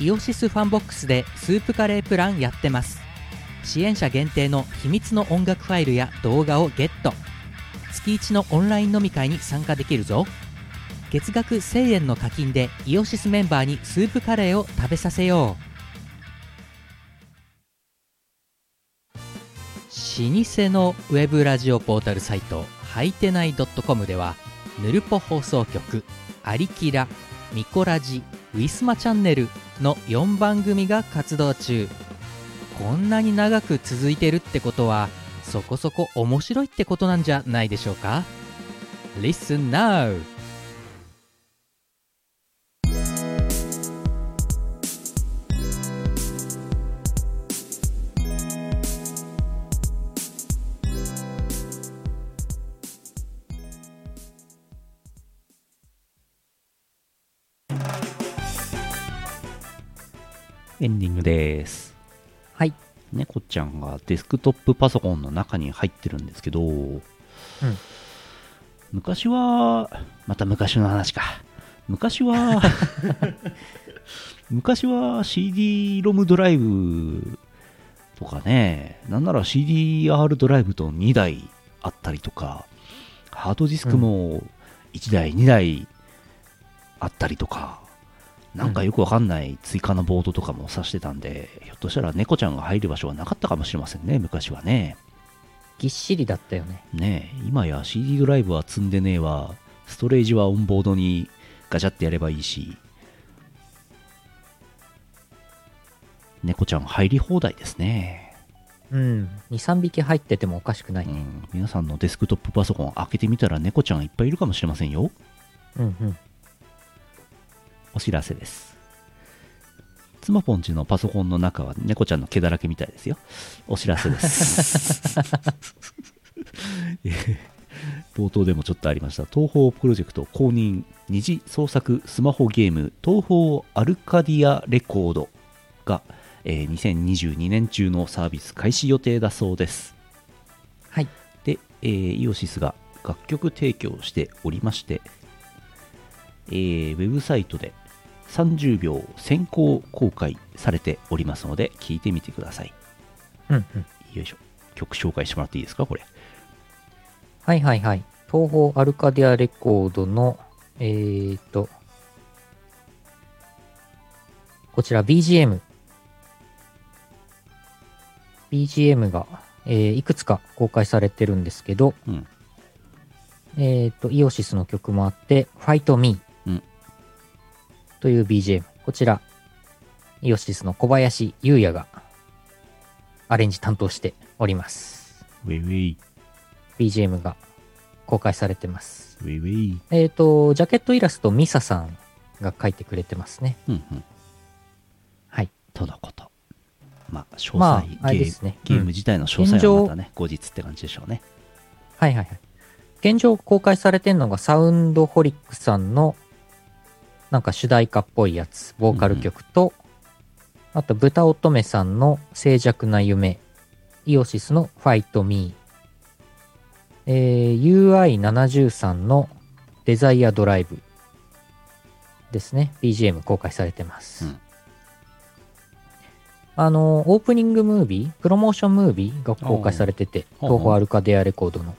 [SPEAKER 3] イオシスファンボックスでスープカレープランやってます支援者限定の秘密の音楽ファイルや動画をゲット月1のオンライン飲み会に参加できるぞ月額1000円の課金でイオシスメンバーにスープカレーを食べさせよう老舗のウェブラジオポータルサイトはいてない .com ではぬるぽ放送局「アリキラ」「ミコラジ」「ウィスマチャンネル」の4番組が活動中こんなに長く続いてるってことはそこそこ面白いってことなんじゃないでしょうか Listen now!
[SPEAKER 2] エンディングです
[SPEAKER 1] はい。
[SPEAKER 2] 猫ちゃんがデスクトップパソコンの中に入ってるんですけど、昔はまた昔の話か昔は昔は CD ロムドライブとかねなんなら CDR ドライブと2台あったりとかハードディスクも1台2台あったりとか、なんかよくわかんない追加のボードとかも指してたんで、ひょっとしたら猫ちゃんが入る場所はなかったかもしれませんね、昔はね。
[SPEAKER 1] ぎっしりだったよね。
[SPEAKER 2] ねえ今や CD ドライブは積んでねえわ、ストレージはオンボードにガチャってやればいいし、猫ちゃん入り放題ですね。
[SPEAKER 1] うん。2、3匹入っててもおかしくないうね。
[SPEAKER 2] ん、皆さんのデスクトップパソコン開けてみたら猫ちゃんいっぱいいるかもしれませんよ。
[SPEAKER 1] うんうん。
[SPEAKER 2] お知らせです。妻ポンチのパソコンの中は猫ちゃんの毛だらけみたいですよ。お知らせです。えー冒頭でもちょっとありました東方プロジェクト公認二次創作スマホゲーム東方アルカディアレコードが、えー2022年中のサービス開始予定だそうです。
[SPEAKER 1] はい。
[SPEAKER 2] で、えーイオシスが楽曲提供しておりまして、えーウェブサイトで30秒先行公開されておりますので聞いてみてください
[SPEAKER 1] うんうん。
[SPEAKER 2] よいしょ曲紹介してもらっていいですかこれ
[SPEAKER 1] はいはいはい。東方アルカディアレコードの、えーっと、こちら BGM。BGM が、えーいくつか公開されてるんですけど、
[SPEAKER 2] うん
[SPEAKER 1] えーっと、イオシスの曲もあって、Fight Me
[SPEAKER 2] うん
[SPEAKER 1] という BGM。こちら、イオシスの小林優也がアレンジ担当しております。
[SPEAKER 2] ウェイウェイ
[SPEAKER 1] BGM が公開されてます。
[SPEAKER 2] ウェイウェイ。
[SPEAKER 1] えっ、と、ジャケットイラスト、ミサさんが描いてくれてますね。
[SPEAKER 2] うんうん。
[SPEAKER 1] はい。
[SPEAKER 2] とのこと。まあ、詳細、
[SPEAKER 1] まあ、あれ
[SPEAKER 2] ゲ
[SPEAKER 1] で
[SPEAKER 2] ー
[SPEAKER 1] すね。
[SPEAKER 2] ゲーム
[SPEAKER 1] うん
[SPEAKER 2] 自体の詳
[SPEAKER 1] 現
[SPEAKER 2] 細は
[SPEAKER 1] 状
[SPEAKER 2] またね、後日って感じでしょうね。
[SPEAKER 1] はいはいはい。現状公開されてるのが、サウンドホリックさんの、なんか主題歌っぽいやつ、ボーカル曲と、あと、豚乙女さんの静寂な夢、イオシスのファイトミー、えー、UI73 のデザイアドライブですね。BGM 公開されてます。
[SPEAKER 2] うん
[SPEAKER 1] あの、オープニングムービー、プロモーションムービーが公開されてて、
[SPEAKER 2] おう
[SPEAKER 1] 東宝アルカデアレコードの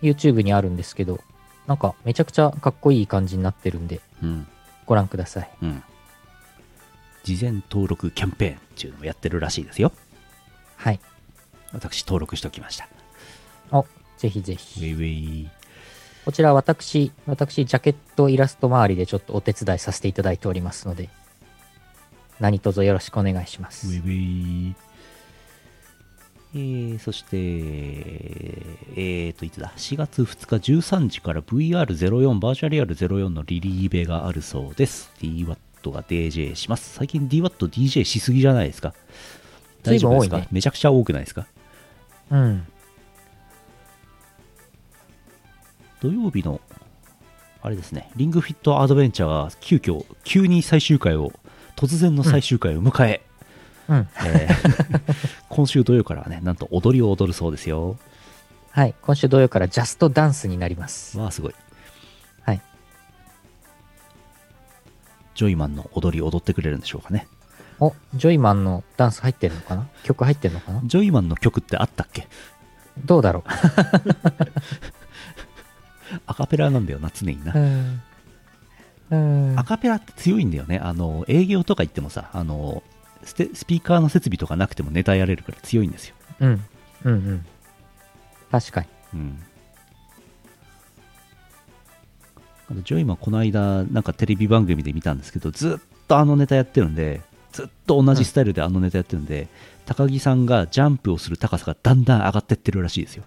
[SPEAKER 1] YouTube にあるんですけど、なんかめちゃくちゃかっこいい感じになってるんで、
[SPEAKER 2] うん。
[SPEAKER 1] ご覧ください。
[SPEAKER 2] うん。事前登録キャンペーンっていうのもやってるらしいですよ。
[SPEAKER 1] はい。
[SPEAKER 2] 私、登録しておきました。
[SPEAKER 1] ぜひぜ
[SPEAKER 2] ウ
[SPEAKER 1] ひ。
[SPEAKER 2] ェイウェイ。
[SPEAKER 1] こちら私、私、ジャケットイラスト周りでちょっとお手伝いさせていただいておりますので、何卒よろしくお願いしま
[SPEAKER 2] ウェイ
[SPEAKER 1] す
[SPEAKER 2] ウ。ェイ。えー、そして、えーと、いつだ ?4 月2日13時から VR04、バーチャル AR04 のリリーベがあるそうです。DWAT が DJ します。最近 DWATDJ しすぎじゃないですか
[SPEAKER 1] 随
[SPEAKER 2] 大丈
[SPEAKER 1] 分
[SPEAKER 2] 夫で
[SPEAKER 1] 多
[SPEAKER 2] す
[SPEAKER 1] いね
[SPEAKER 2] か、めちゃくちゃ多くないですか
[SPEAKER 1] うん。
[SPEAKER 2] 土曜日の、あれですね、リングフィットアドベンチャーが急遽、急に最終回を、突然の最終回を迎え、
[SPEAKER 1] うん。
[SPEAKER 2] えー今週土曜からはね、なんと踊りを踊るそうですよ。
[SPEAKER 1] はい。今週土曜からジャストダンスになります。
[SPEAKER 2] わあ、すごい。
[SPEAKER 1] はい。
[SPEAKER 2] ジョイマンの踊り踊ってくれるんでしょうかね。
[SPEAKER 1] お、ジョイマンのダンス入ってんのかな曲入ってんのかな
[SPEAKER 2] ジョイマンの曲ってあったっけ
[SPEAKER 1] どうだろ
[SPEAKER 2] アカペラなんだよな、常にな
[SPEAKER 1] う。う。ん。うん
[SPEAKER 2] ア。カペラって強いんだよね。あの、営業とか行ってもさ、あの、ステスピーカーの設備とかなくてもネタやれるから強いんですよ。
[SPEAKER 1] うん。うんうん。確かに。
[SPEAKER 2] うん。あとジョイマンこの間、なんかテレビ番組で見たんですけど、ずっとあのネタやってるんで、ずっと同じスタイルであのネタやってるんで、高木さんがジャンプをする高さがだんだん上がってってるらしいですよ。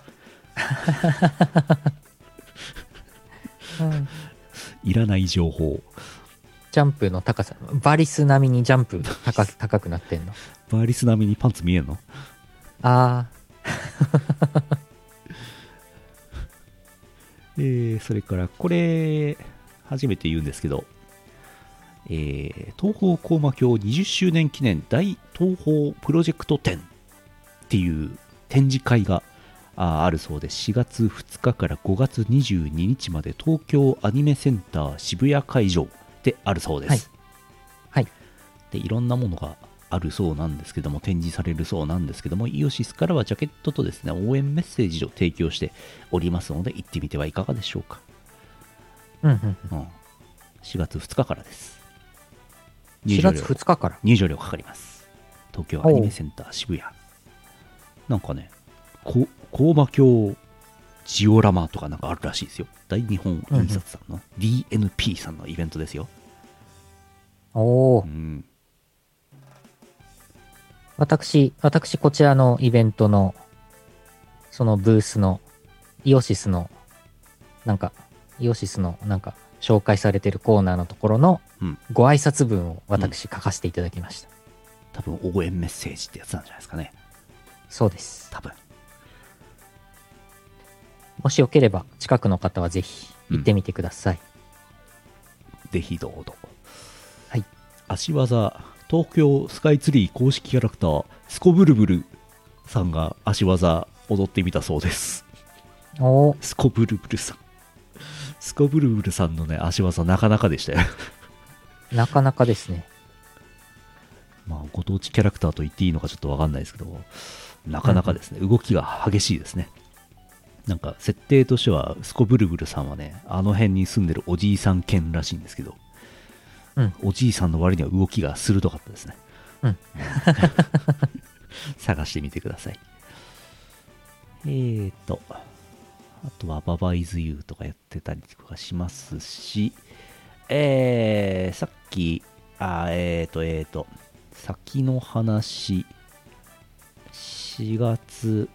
[SPEAKER 1] うん
[SPEAKER 2] いらない情報。
[SPEAKER 1] ジャンプの高さ。バリス並みにジャンプ
[SPEAKER 2] *laughs*
[SPEAKER 1] 高く高くなってんの。
[SPEAKER 2] バーリス並みにパンツ見えるの
[SPEAKER 1] あ
[SPEAKER 2] えーそれからこれ初めて言うんですけど、えー東方高魔教20周年記念大東方プロジェクト展っていう展示会があーあるそうで4月2日から5月22日まで東京アニメセンター渋谷会場であるそうです、
[SPEAKER 1] はいはい
[SPEAKER 2] でいろんなものがあるそうなんですけども展示されるそうなんですけどもイオシスからはジャケットとですね応援メッセージを提供しておりますので行ってみてはいかがでしょうか、
[SPEAKER 1] あ。うんうん。
[SPEAKER 2] うん、4月2日からです入
[SPEAKER 1] 4
[SPEAKER 2] 場
[SPEAKER 1] 月
[SPEAKER 2] 料
[SPEAKER 1] 2日から。
[SPEAKER 2] 入場料かかります東京アニメセンター渋谷なんかねこ工場橋ジオラマとかなんかあるらしいですよ大日本印刷さんの DNP さんのイベントですよ、
[SPEAKER 1] お
[SPEAKER 2] う
[SPEAKER 1] お。
[SPEAKER 2] ん、
[SPEAKER 1] 私、私、こちらのイベントの、そのブースの、イオシスの、なんか、イオシスの、なんか、紹介されてるコーナーのところの
[SPEAKER 2] うん、
[SPEAKER 1] ご挨拶文を私書かせていただきました。
[SPEAKER 2] 多分応援メッセージってやつなんじゃないですかね
[SPEAKER 1] そうです。
[SPEAKER 2] 多分
[SPEAKER 1] もしよければ、近くの方はぜひ、
[SPEAKER 2] うん
[SPEAKER 1] 行ってみてください。
[SPEAKER 2] ぜひどうぞ
[SPEAKER 1] はい
[SPEAKER 2] 足技東京スカイツリー公式キャラクタースコブルブルさんが足技踊ってみたそうです
[SPEAKER 1] おお。
[SPEAKER 2] スコブルブルさんスコブルブルさんのね足技なかなかでしたよ
[SPEAKER 1] なかなかですね。
[SPEAKER 2] まあご当地キャラクターと言っていいのかちょっとわかんないですけどなかなかですね、動きが激しいですねなんか設定としてはスコブルブルさんはねあの辺に住んでるおじいさん犬らしいんですけど、
[SPEAKER 1] うん
[SPEAKER 2] おじいさんの割には動きが鋭かったですね
[SPEAKER 1] うん。
[SPEAKER 2] *laughs* 探してみてください。えーと、あとはババイズユーとかやってたりとかしますし、えー、さっき、あーえーと、えーと、先の話、4月、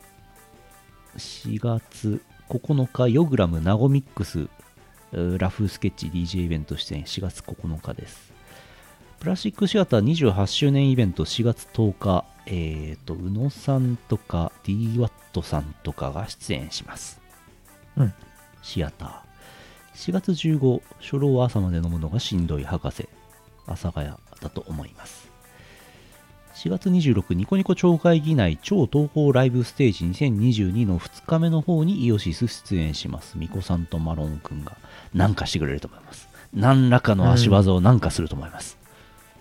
[SPEAKER 2] 4月9日、ヨグラムナゴミックス、うラフスケッチ DJ イベント出演4月9日です。プラスチックシアター28周年イベント4月10日、えっ、と、宇野さんとか DWAT さんとかが出演します。
[SPEAKER 1] うん。
[SPEAKER 2] シアター。4月15、初老は朝まで飲むのがしんどい博士、阿佐ヶ谷だと思います。4月26ニコニコ町会議内超東方ライブステージ2022の2日目の方にイオシス出演します。ミコさんとマロンくんが何かしてくれると思います。何らかの足技を何かすると思います。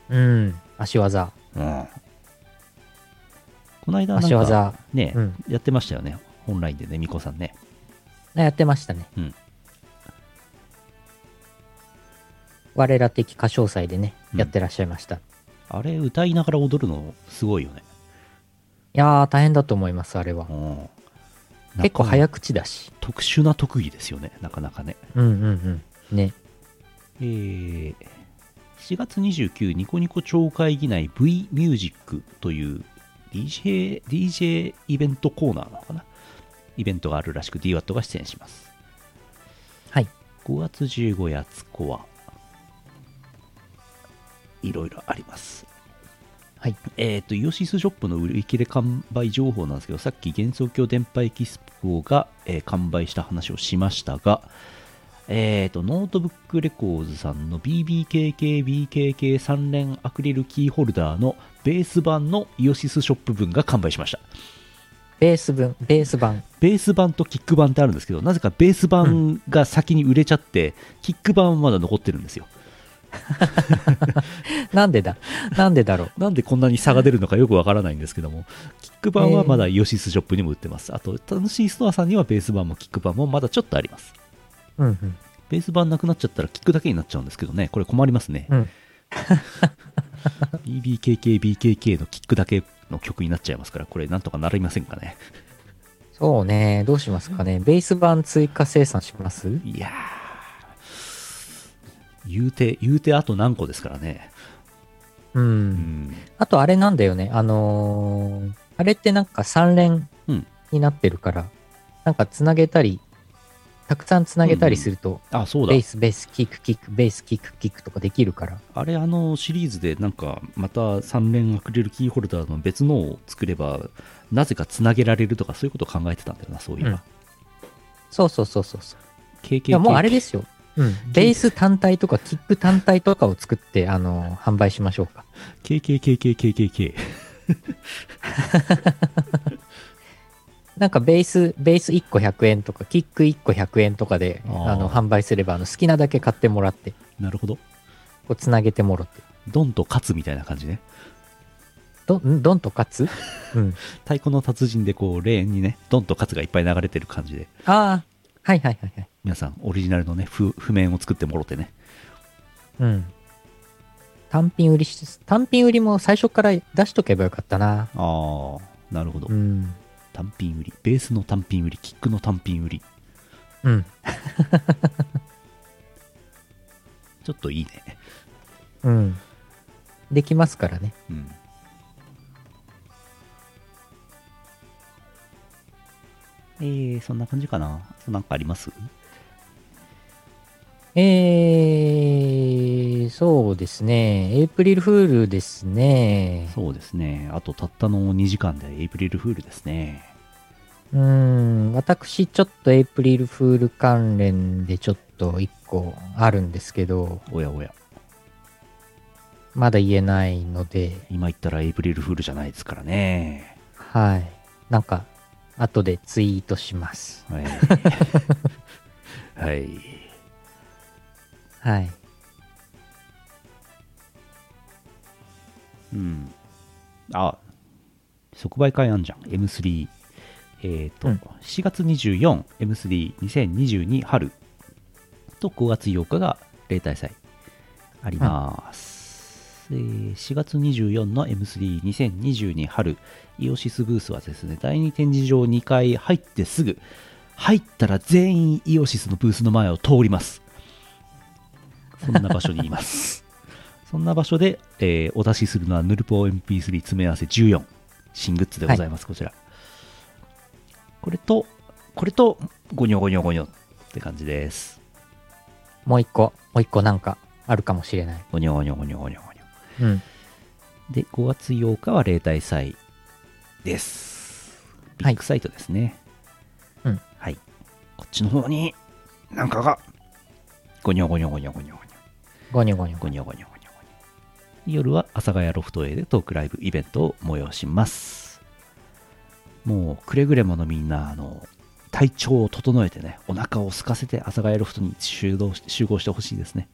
[SPEAKER 1] うん。足技。
[SPEAKER 2] うん。この間なんか
[SPEAKER 1] 足技。
[SPEAKER 2] ね、
[SPEAKER 1] うん。
[SPEAKER 2] やってましたよね。オンラインでね、ミコさんね。
[SPEAKER 1] やってましたね。
[SPEAKER 2] うん
[SPEAKER 1] 我ら的歌唱祭でね、
[SPEAKER 2] うん
[SPEAKER 1] やってらっしゃいました。い
[SPEAKER 2] あれ歌いながら踊るのすごいよね。
[SPEAKER 1] やー、大変だと思います、あれは
[SPEAKER 2] う。ん。
[SPEAKER 1] 結構
[SPEAKER 2] い。
[SPEAKER 1] 早口だし。
[SPEAKER 2] 特殊な特技ですよね、なかなかね。
[SPEAKER 1] うんうんうん。ね。
[SPEAKER 2] えー4月29ニコニコ町会議内 V ミュージックという DJ, DJ イベントコーナーなのかなイベントがあるらしく DWAT が出演します。
[SPEAKER 1] はい。
[SPEAKER 2] 5月15やつこはいろいろあります。
[SPEAKER 1] はい。
[SPEAKER 2] えっ、と、イオシスショップの売り切れ完売情報なんですけど、さっき幻想郷電波エキスポが、えー完売した話をしましたが、えー、と、ノートブックレコーズさんの BBKKBKK3 連アクリルキーホルダーのベース版のイオシスショップ分が完売しました。
[SPEAKER 1] ベース分、ベース版。 *laughs*
[SPEAKER 2] ベース版とキック版ってあるんですけど、なぜかベース版が先に売れちゃって、キック版はまだ残ってるんですよ。
[SPEAKER 1] なんでだなんでだろう。
[SPEAKER 2] なんでこんなに差が出るのかよくわからないんですけども、キック版はまだイオシスショップにも売ってます。あと、楽しいストアさんにはベース版もキック版もまだちょっとあります。
[SPEAKER 1] うんうん。
[SPEAKER 2] ベース版なくなっちゃったらキックだけになっちゃうんですけどね、これ困りますね。
[SPEAKER 1] うん
[SPEAKER 2] BBKK、BKK のキックだけの曲になっちゃいますから、これなんとかなりませんかね。
[SPEAKER 1] そうね。どうしますかね。ベース版追加生産します
[SPEAKER 2] いやー、言うて、言うてあと何個ですからね。
[SPEAKER 1] う。
[SPEAKER 2] うんん。
[SPEAKER 1] あとあれなんだよね。あのーあれってなんか3連
[SPEAKER 2] うん
[SPEAKER 1] になってるから、なんかつなげたり、たくさんつなげたりすると、
[SPEAKER 2] あ、そうだ
[SPEAKER 1] ベー。ス、ベース、キック、キック、ベース、キック、キックとかできるから。
[SPEAKER 2] あれ、あのシリーズでなんか、また3連アクリルキーホルダーの別のを作れば、なぜかつなげられるとか、そういうことを考えてたんだよな、そういえば。
[SPEAKER 1] うんそうそうそうそうそう。
[SPEAKER 2] KKK。
[SPEAKER 1] いや、もうあれですよ。うん。ベース単体とか、キック単体とかを作って、あのー販売しましょうか。
[SPEAKER 2] KKKKKKK。
[SPEAKER 1] なんかベース、ベース1個100円とか、キック1個100円とかで、
[SPEAKER 2] あー
[SPEAKER 1] あの、販売すれば、あの、好きなだけ買ってもらって、
[SPEAKER 2] なるほど。
[SPEAKER 1] こう、つなげてもろって。
[SPEAKER 2] ドンと勝つみたいな感じね。
[SPEAKER 1] ど、んどんと
[SPEAKER 2] *laughs*
[SPEAKER 1] 勝つうん。
[SPEAKER 2] 太鼓の達人でこう、レーンにね、ドンと勝つがいっぱい流れてる感じで、
[SPEAKER 1] ああ、はいはいはいはい。
[SPEAKER 2] 皆さん、オリジナルのね、譜譜面を作ってもろてね。
[SPEAKER 1] うん。単品売りし、単品売りも最初から出しとけばよかったな。
[SPEAKER 2] ああ、なるほど
[SPEAKER 1] う。ん。
[SPEAKER 2] 単品売り。ベースの単品売り、キックの単品売り。
[SPEAKER 1] うん。
[SPEAKER 2] ちょっといいね。
[SPEAKER 1] うん。できますからね。
[SPEAKER 2] うん。えー、そんな感じかな。なんかあります
[SPEAKER 1] えー、そうですね。エイプリルフールですね。
[SPEAKER 2] そうですね。あと、たったの2時間でエイプリルフールですね。
[SPEAKER 1] うーん、私ちょっとエイプリルフール関連でちょっと一個あるんですけど、
[SPEAKER 2] おやおや。
[SPEAKER 1] まだ言えないので、
[SPEAKER 2] 今言ったらエイプリルフールじゃないですからね。
[SPEAKER 1] はい。なんか、後でツイートします。
[SPEAKER 2] *laughs* はい。はい。
[SPEAKER 1] はい。
[SPEAKER 2] うん。あ、即売会あんじゃん。M3。えっ、と、
[SPEAKER 1] うん
[SPEAKER 2] 4月24、M32022 春と5月8日が例大祭あります。えー4月24の M32022 春、イオシスブースはですね、第2展示場2階入ってすぐ、入ったら全員イオシスのブースの前を通ります。そんな場所にいます。そんな場所で、えーお出しするのはヌルポ MP3 詰め合わせ14、新グッズでございます、こちら。これと、これと、ごにょごにょごにょって感じです。
[SPEAKER 1] もう一個、もう一個なんかあるかもしれない。
[SPEAKER 2] ごにょごにょごにょごにょごにょ。
[SPEAKER 1] うん。
[SPEAKER 2] で、5月8日は例大祭です。ビ
[SPEAKER 1] はい
[SPEAKER 2] ッグサイトですね。
[SPEAKER 1] うん。
[SPEAKER 2] はい。こっちの方に、なんかが、ごにょごにょごにょごにょごにょ。
[SPEAKER 1] ゴニョゴニョ。
[SPEAKER 2] ごにょごにょごにょごにょ夜は阿佐ヶ谷ロフト A でトークライブイベントを催しますもうくれぐれものみんなあの体調を整えてねお腹を空かせて阿佐ヶ谷ロフトに集合して集合してほしいですね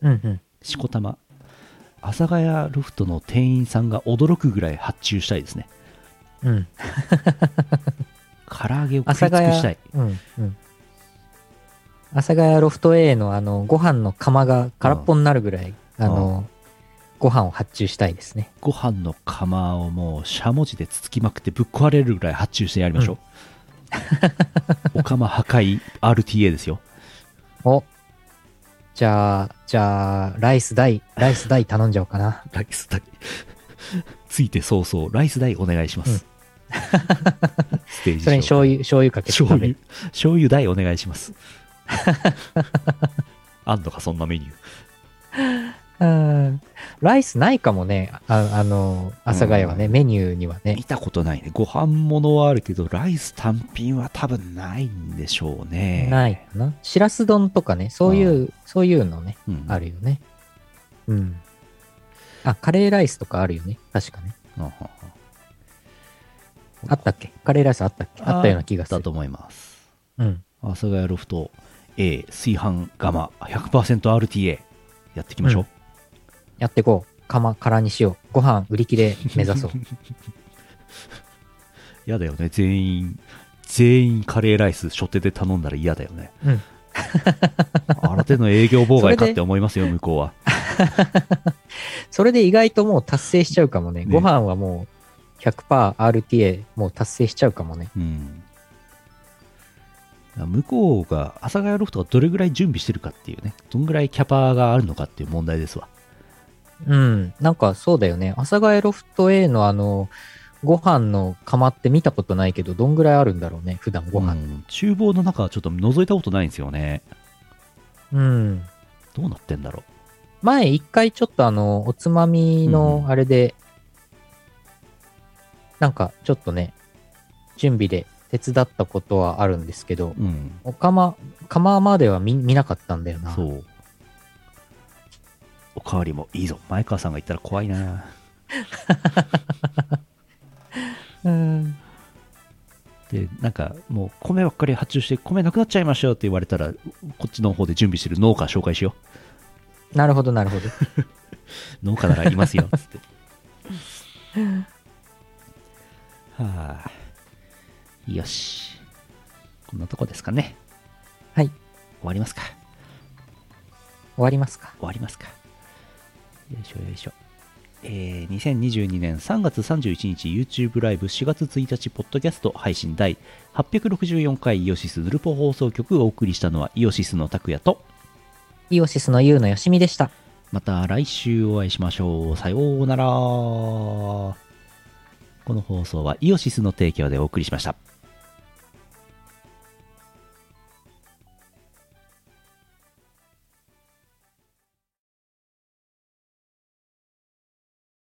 [SPEAKER 1] うんうん。
[SPEAKER 2] しこたま阿佐ヶ谷ロフトの店員さんが驚くぐらい発注したいですね
[SPEAKER 1] うん。
[SPEAKER 2] 唐揚げを
[SPEAKER 1] 阿
[SPEAKER 2] 食
[SPEAKER 1] 佐
[SPEAKER 2] い尽く
[SPEAKER 1] ヶ
[SPEAKER 2] した
[SPEAKER 1] 谷
[SPEAKER 2] い、
[SPEAKER 1] うんうん。阿佐ヶ谷ロフト A のあの、ご飯の釜が空っぽになるぐらい、あの、ご飯を発注したいですね。
[SPEAKER 2] ご飯の釜をもうしゃもじでつつきまくってぶっ壊れるぐらい発注してやりましょう、お釜破壊 RTA ですよ
[SPEAKER 1] おじゃあ、じゃあ、ライス大、ライス大頼んじゃおうかな。
[SPEAKER 2] ライス代。ついて早々、ライス代お願いします。ステージ
[SPEAKER 1] それに醤油、醤油かけて
[SPEAKER 2] 醤
[SPEAKER 1] 食べ
[SPEAKER 2] 油
[SPEAKER 1] る。。
[SPEAKER 2] 醤油代お願いします。あんのか、そんなメニュー。
[SPEAKER 1] うん。ライスないかもね、ああの、阿佐ヶ谷はね、メニューにはね
[SPEAKER 2] 見。たことないね。ご飯物はあるけど、ライス単品は多分ないんでしょうね。
[SPEAKER 1] ないかな。しらす丼とかね、そういう、そういうのね、
[SPEAKER 2] うん
[SPEAKER 1] あるよね。うん。あ、カレーライスとかあるよね。確かね。
[SPEAKER 2] うんうんうん
[SPEAKER 1] あったっけカレーライスあったっけあったような気がす
[SPEAKER 2] だ
[SPEAKER 1] る
[SPEAKER 2] と。思います。
[SPEAKER 1] うん。
[SPEAKER 2] 阿佐ヶ谷ロフト A 炊飯釜 100%RTA やっていきましょう。
[SPEAKER 1] うんやってこう。釜空にしよう。ご飯売り切れ目 *laughs* 指そう。
[SPEAKER 2] *laughs* 嫌だよね全員全員カレーライス初手で頼んだら嫌だよね
[SPEAKER 1] うん。
[SPEAKER 2] 新手の営業妨害
[SPEAKER 1] そ
[SPEAKER 2] か
[SPEAKER 1] れで
[SPEAKER 2] って思いますよ向こうは
[SPEAKER 1] それで意外ともう達成しちゃうかもね。
[SPEAKER 2] ね
[SPEAKER 1] ご飯はもう 100%RTA もう達成しちゃうかもね。
[SPEAKER 2] うん向こうが阿佐ヶ谷ロフトがどれぐらい準備してるかっていうねどんぐらいキャパがあるのかっていう問題ですわ
[SPEAKER 1] うん。なんかそうだよね。阿佐ヶ谷ロフト A のあの、ご飯の釜って見たことないけど、どんぐらいあるんだろうね。普段ご
[SPEAKER 2] う
[SPEAKER 1] 飯。
[SPEAKER 2] ん厨房の中はちょっと覗いたことないんですよね
[SPEAKER 1] うん。
[SPEAKER 2] どうなってんだろ
[SPEAKER 1] 前一回ちょっとあの、おつまみ
[SPEAKER 2] うん
[SPEAKER 1] の
[SPEAKER 2] うん
[SPEAKER 1] あれで、なんかちょっとね、準備で手伝ったことはあるんですけど、
[SPEAKER 2] ううん
[SPEAKER 1] おかま、釜までは見見なかったんだよな。
[SPEAKER 2] そうおかわりもいいぞ前川さんが言ったら怖いな
[SPEAKER 1] うん。
[SPEAKER 2] でなんかもう米ばっかり発注して米なくなっちゃいましたよって言われたらこっちの方で準備してる農家紹介しよ
[SPEAKER 1] なるほど、なる
[SPEAKER 2] *laughs*
[SPEAKER 1] ほど。
[SPEAKER 2] う農家ならいま
[SPEAKER 1] *laughs*
[SPEAKER 2] すよつってはあよしこんなとこですかね
[SPEAKER 1] はい
[SPEAKER 2] 終わりますか
[SPEAKER 1] 終わりますか。
[SPEAKER 2] 終わりますかよいしょよいしょえー2022年3月31日 YouTube ライブ4月1日ポッドキャスト配信第864回イオシスヌルポ放送局をお送りしたのはイオシスの拓也と
[SPEAKER 1] イオシスのユウのよしみでした。
[SPEAKER 2] また来週お会いしましょう。さようなら。この放送はイオシスの提供でお送りしました。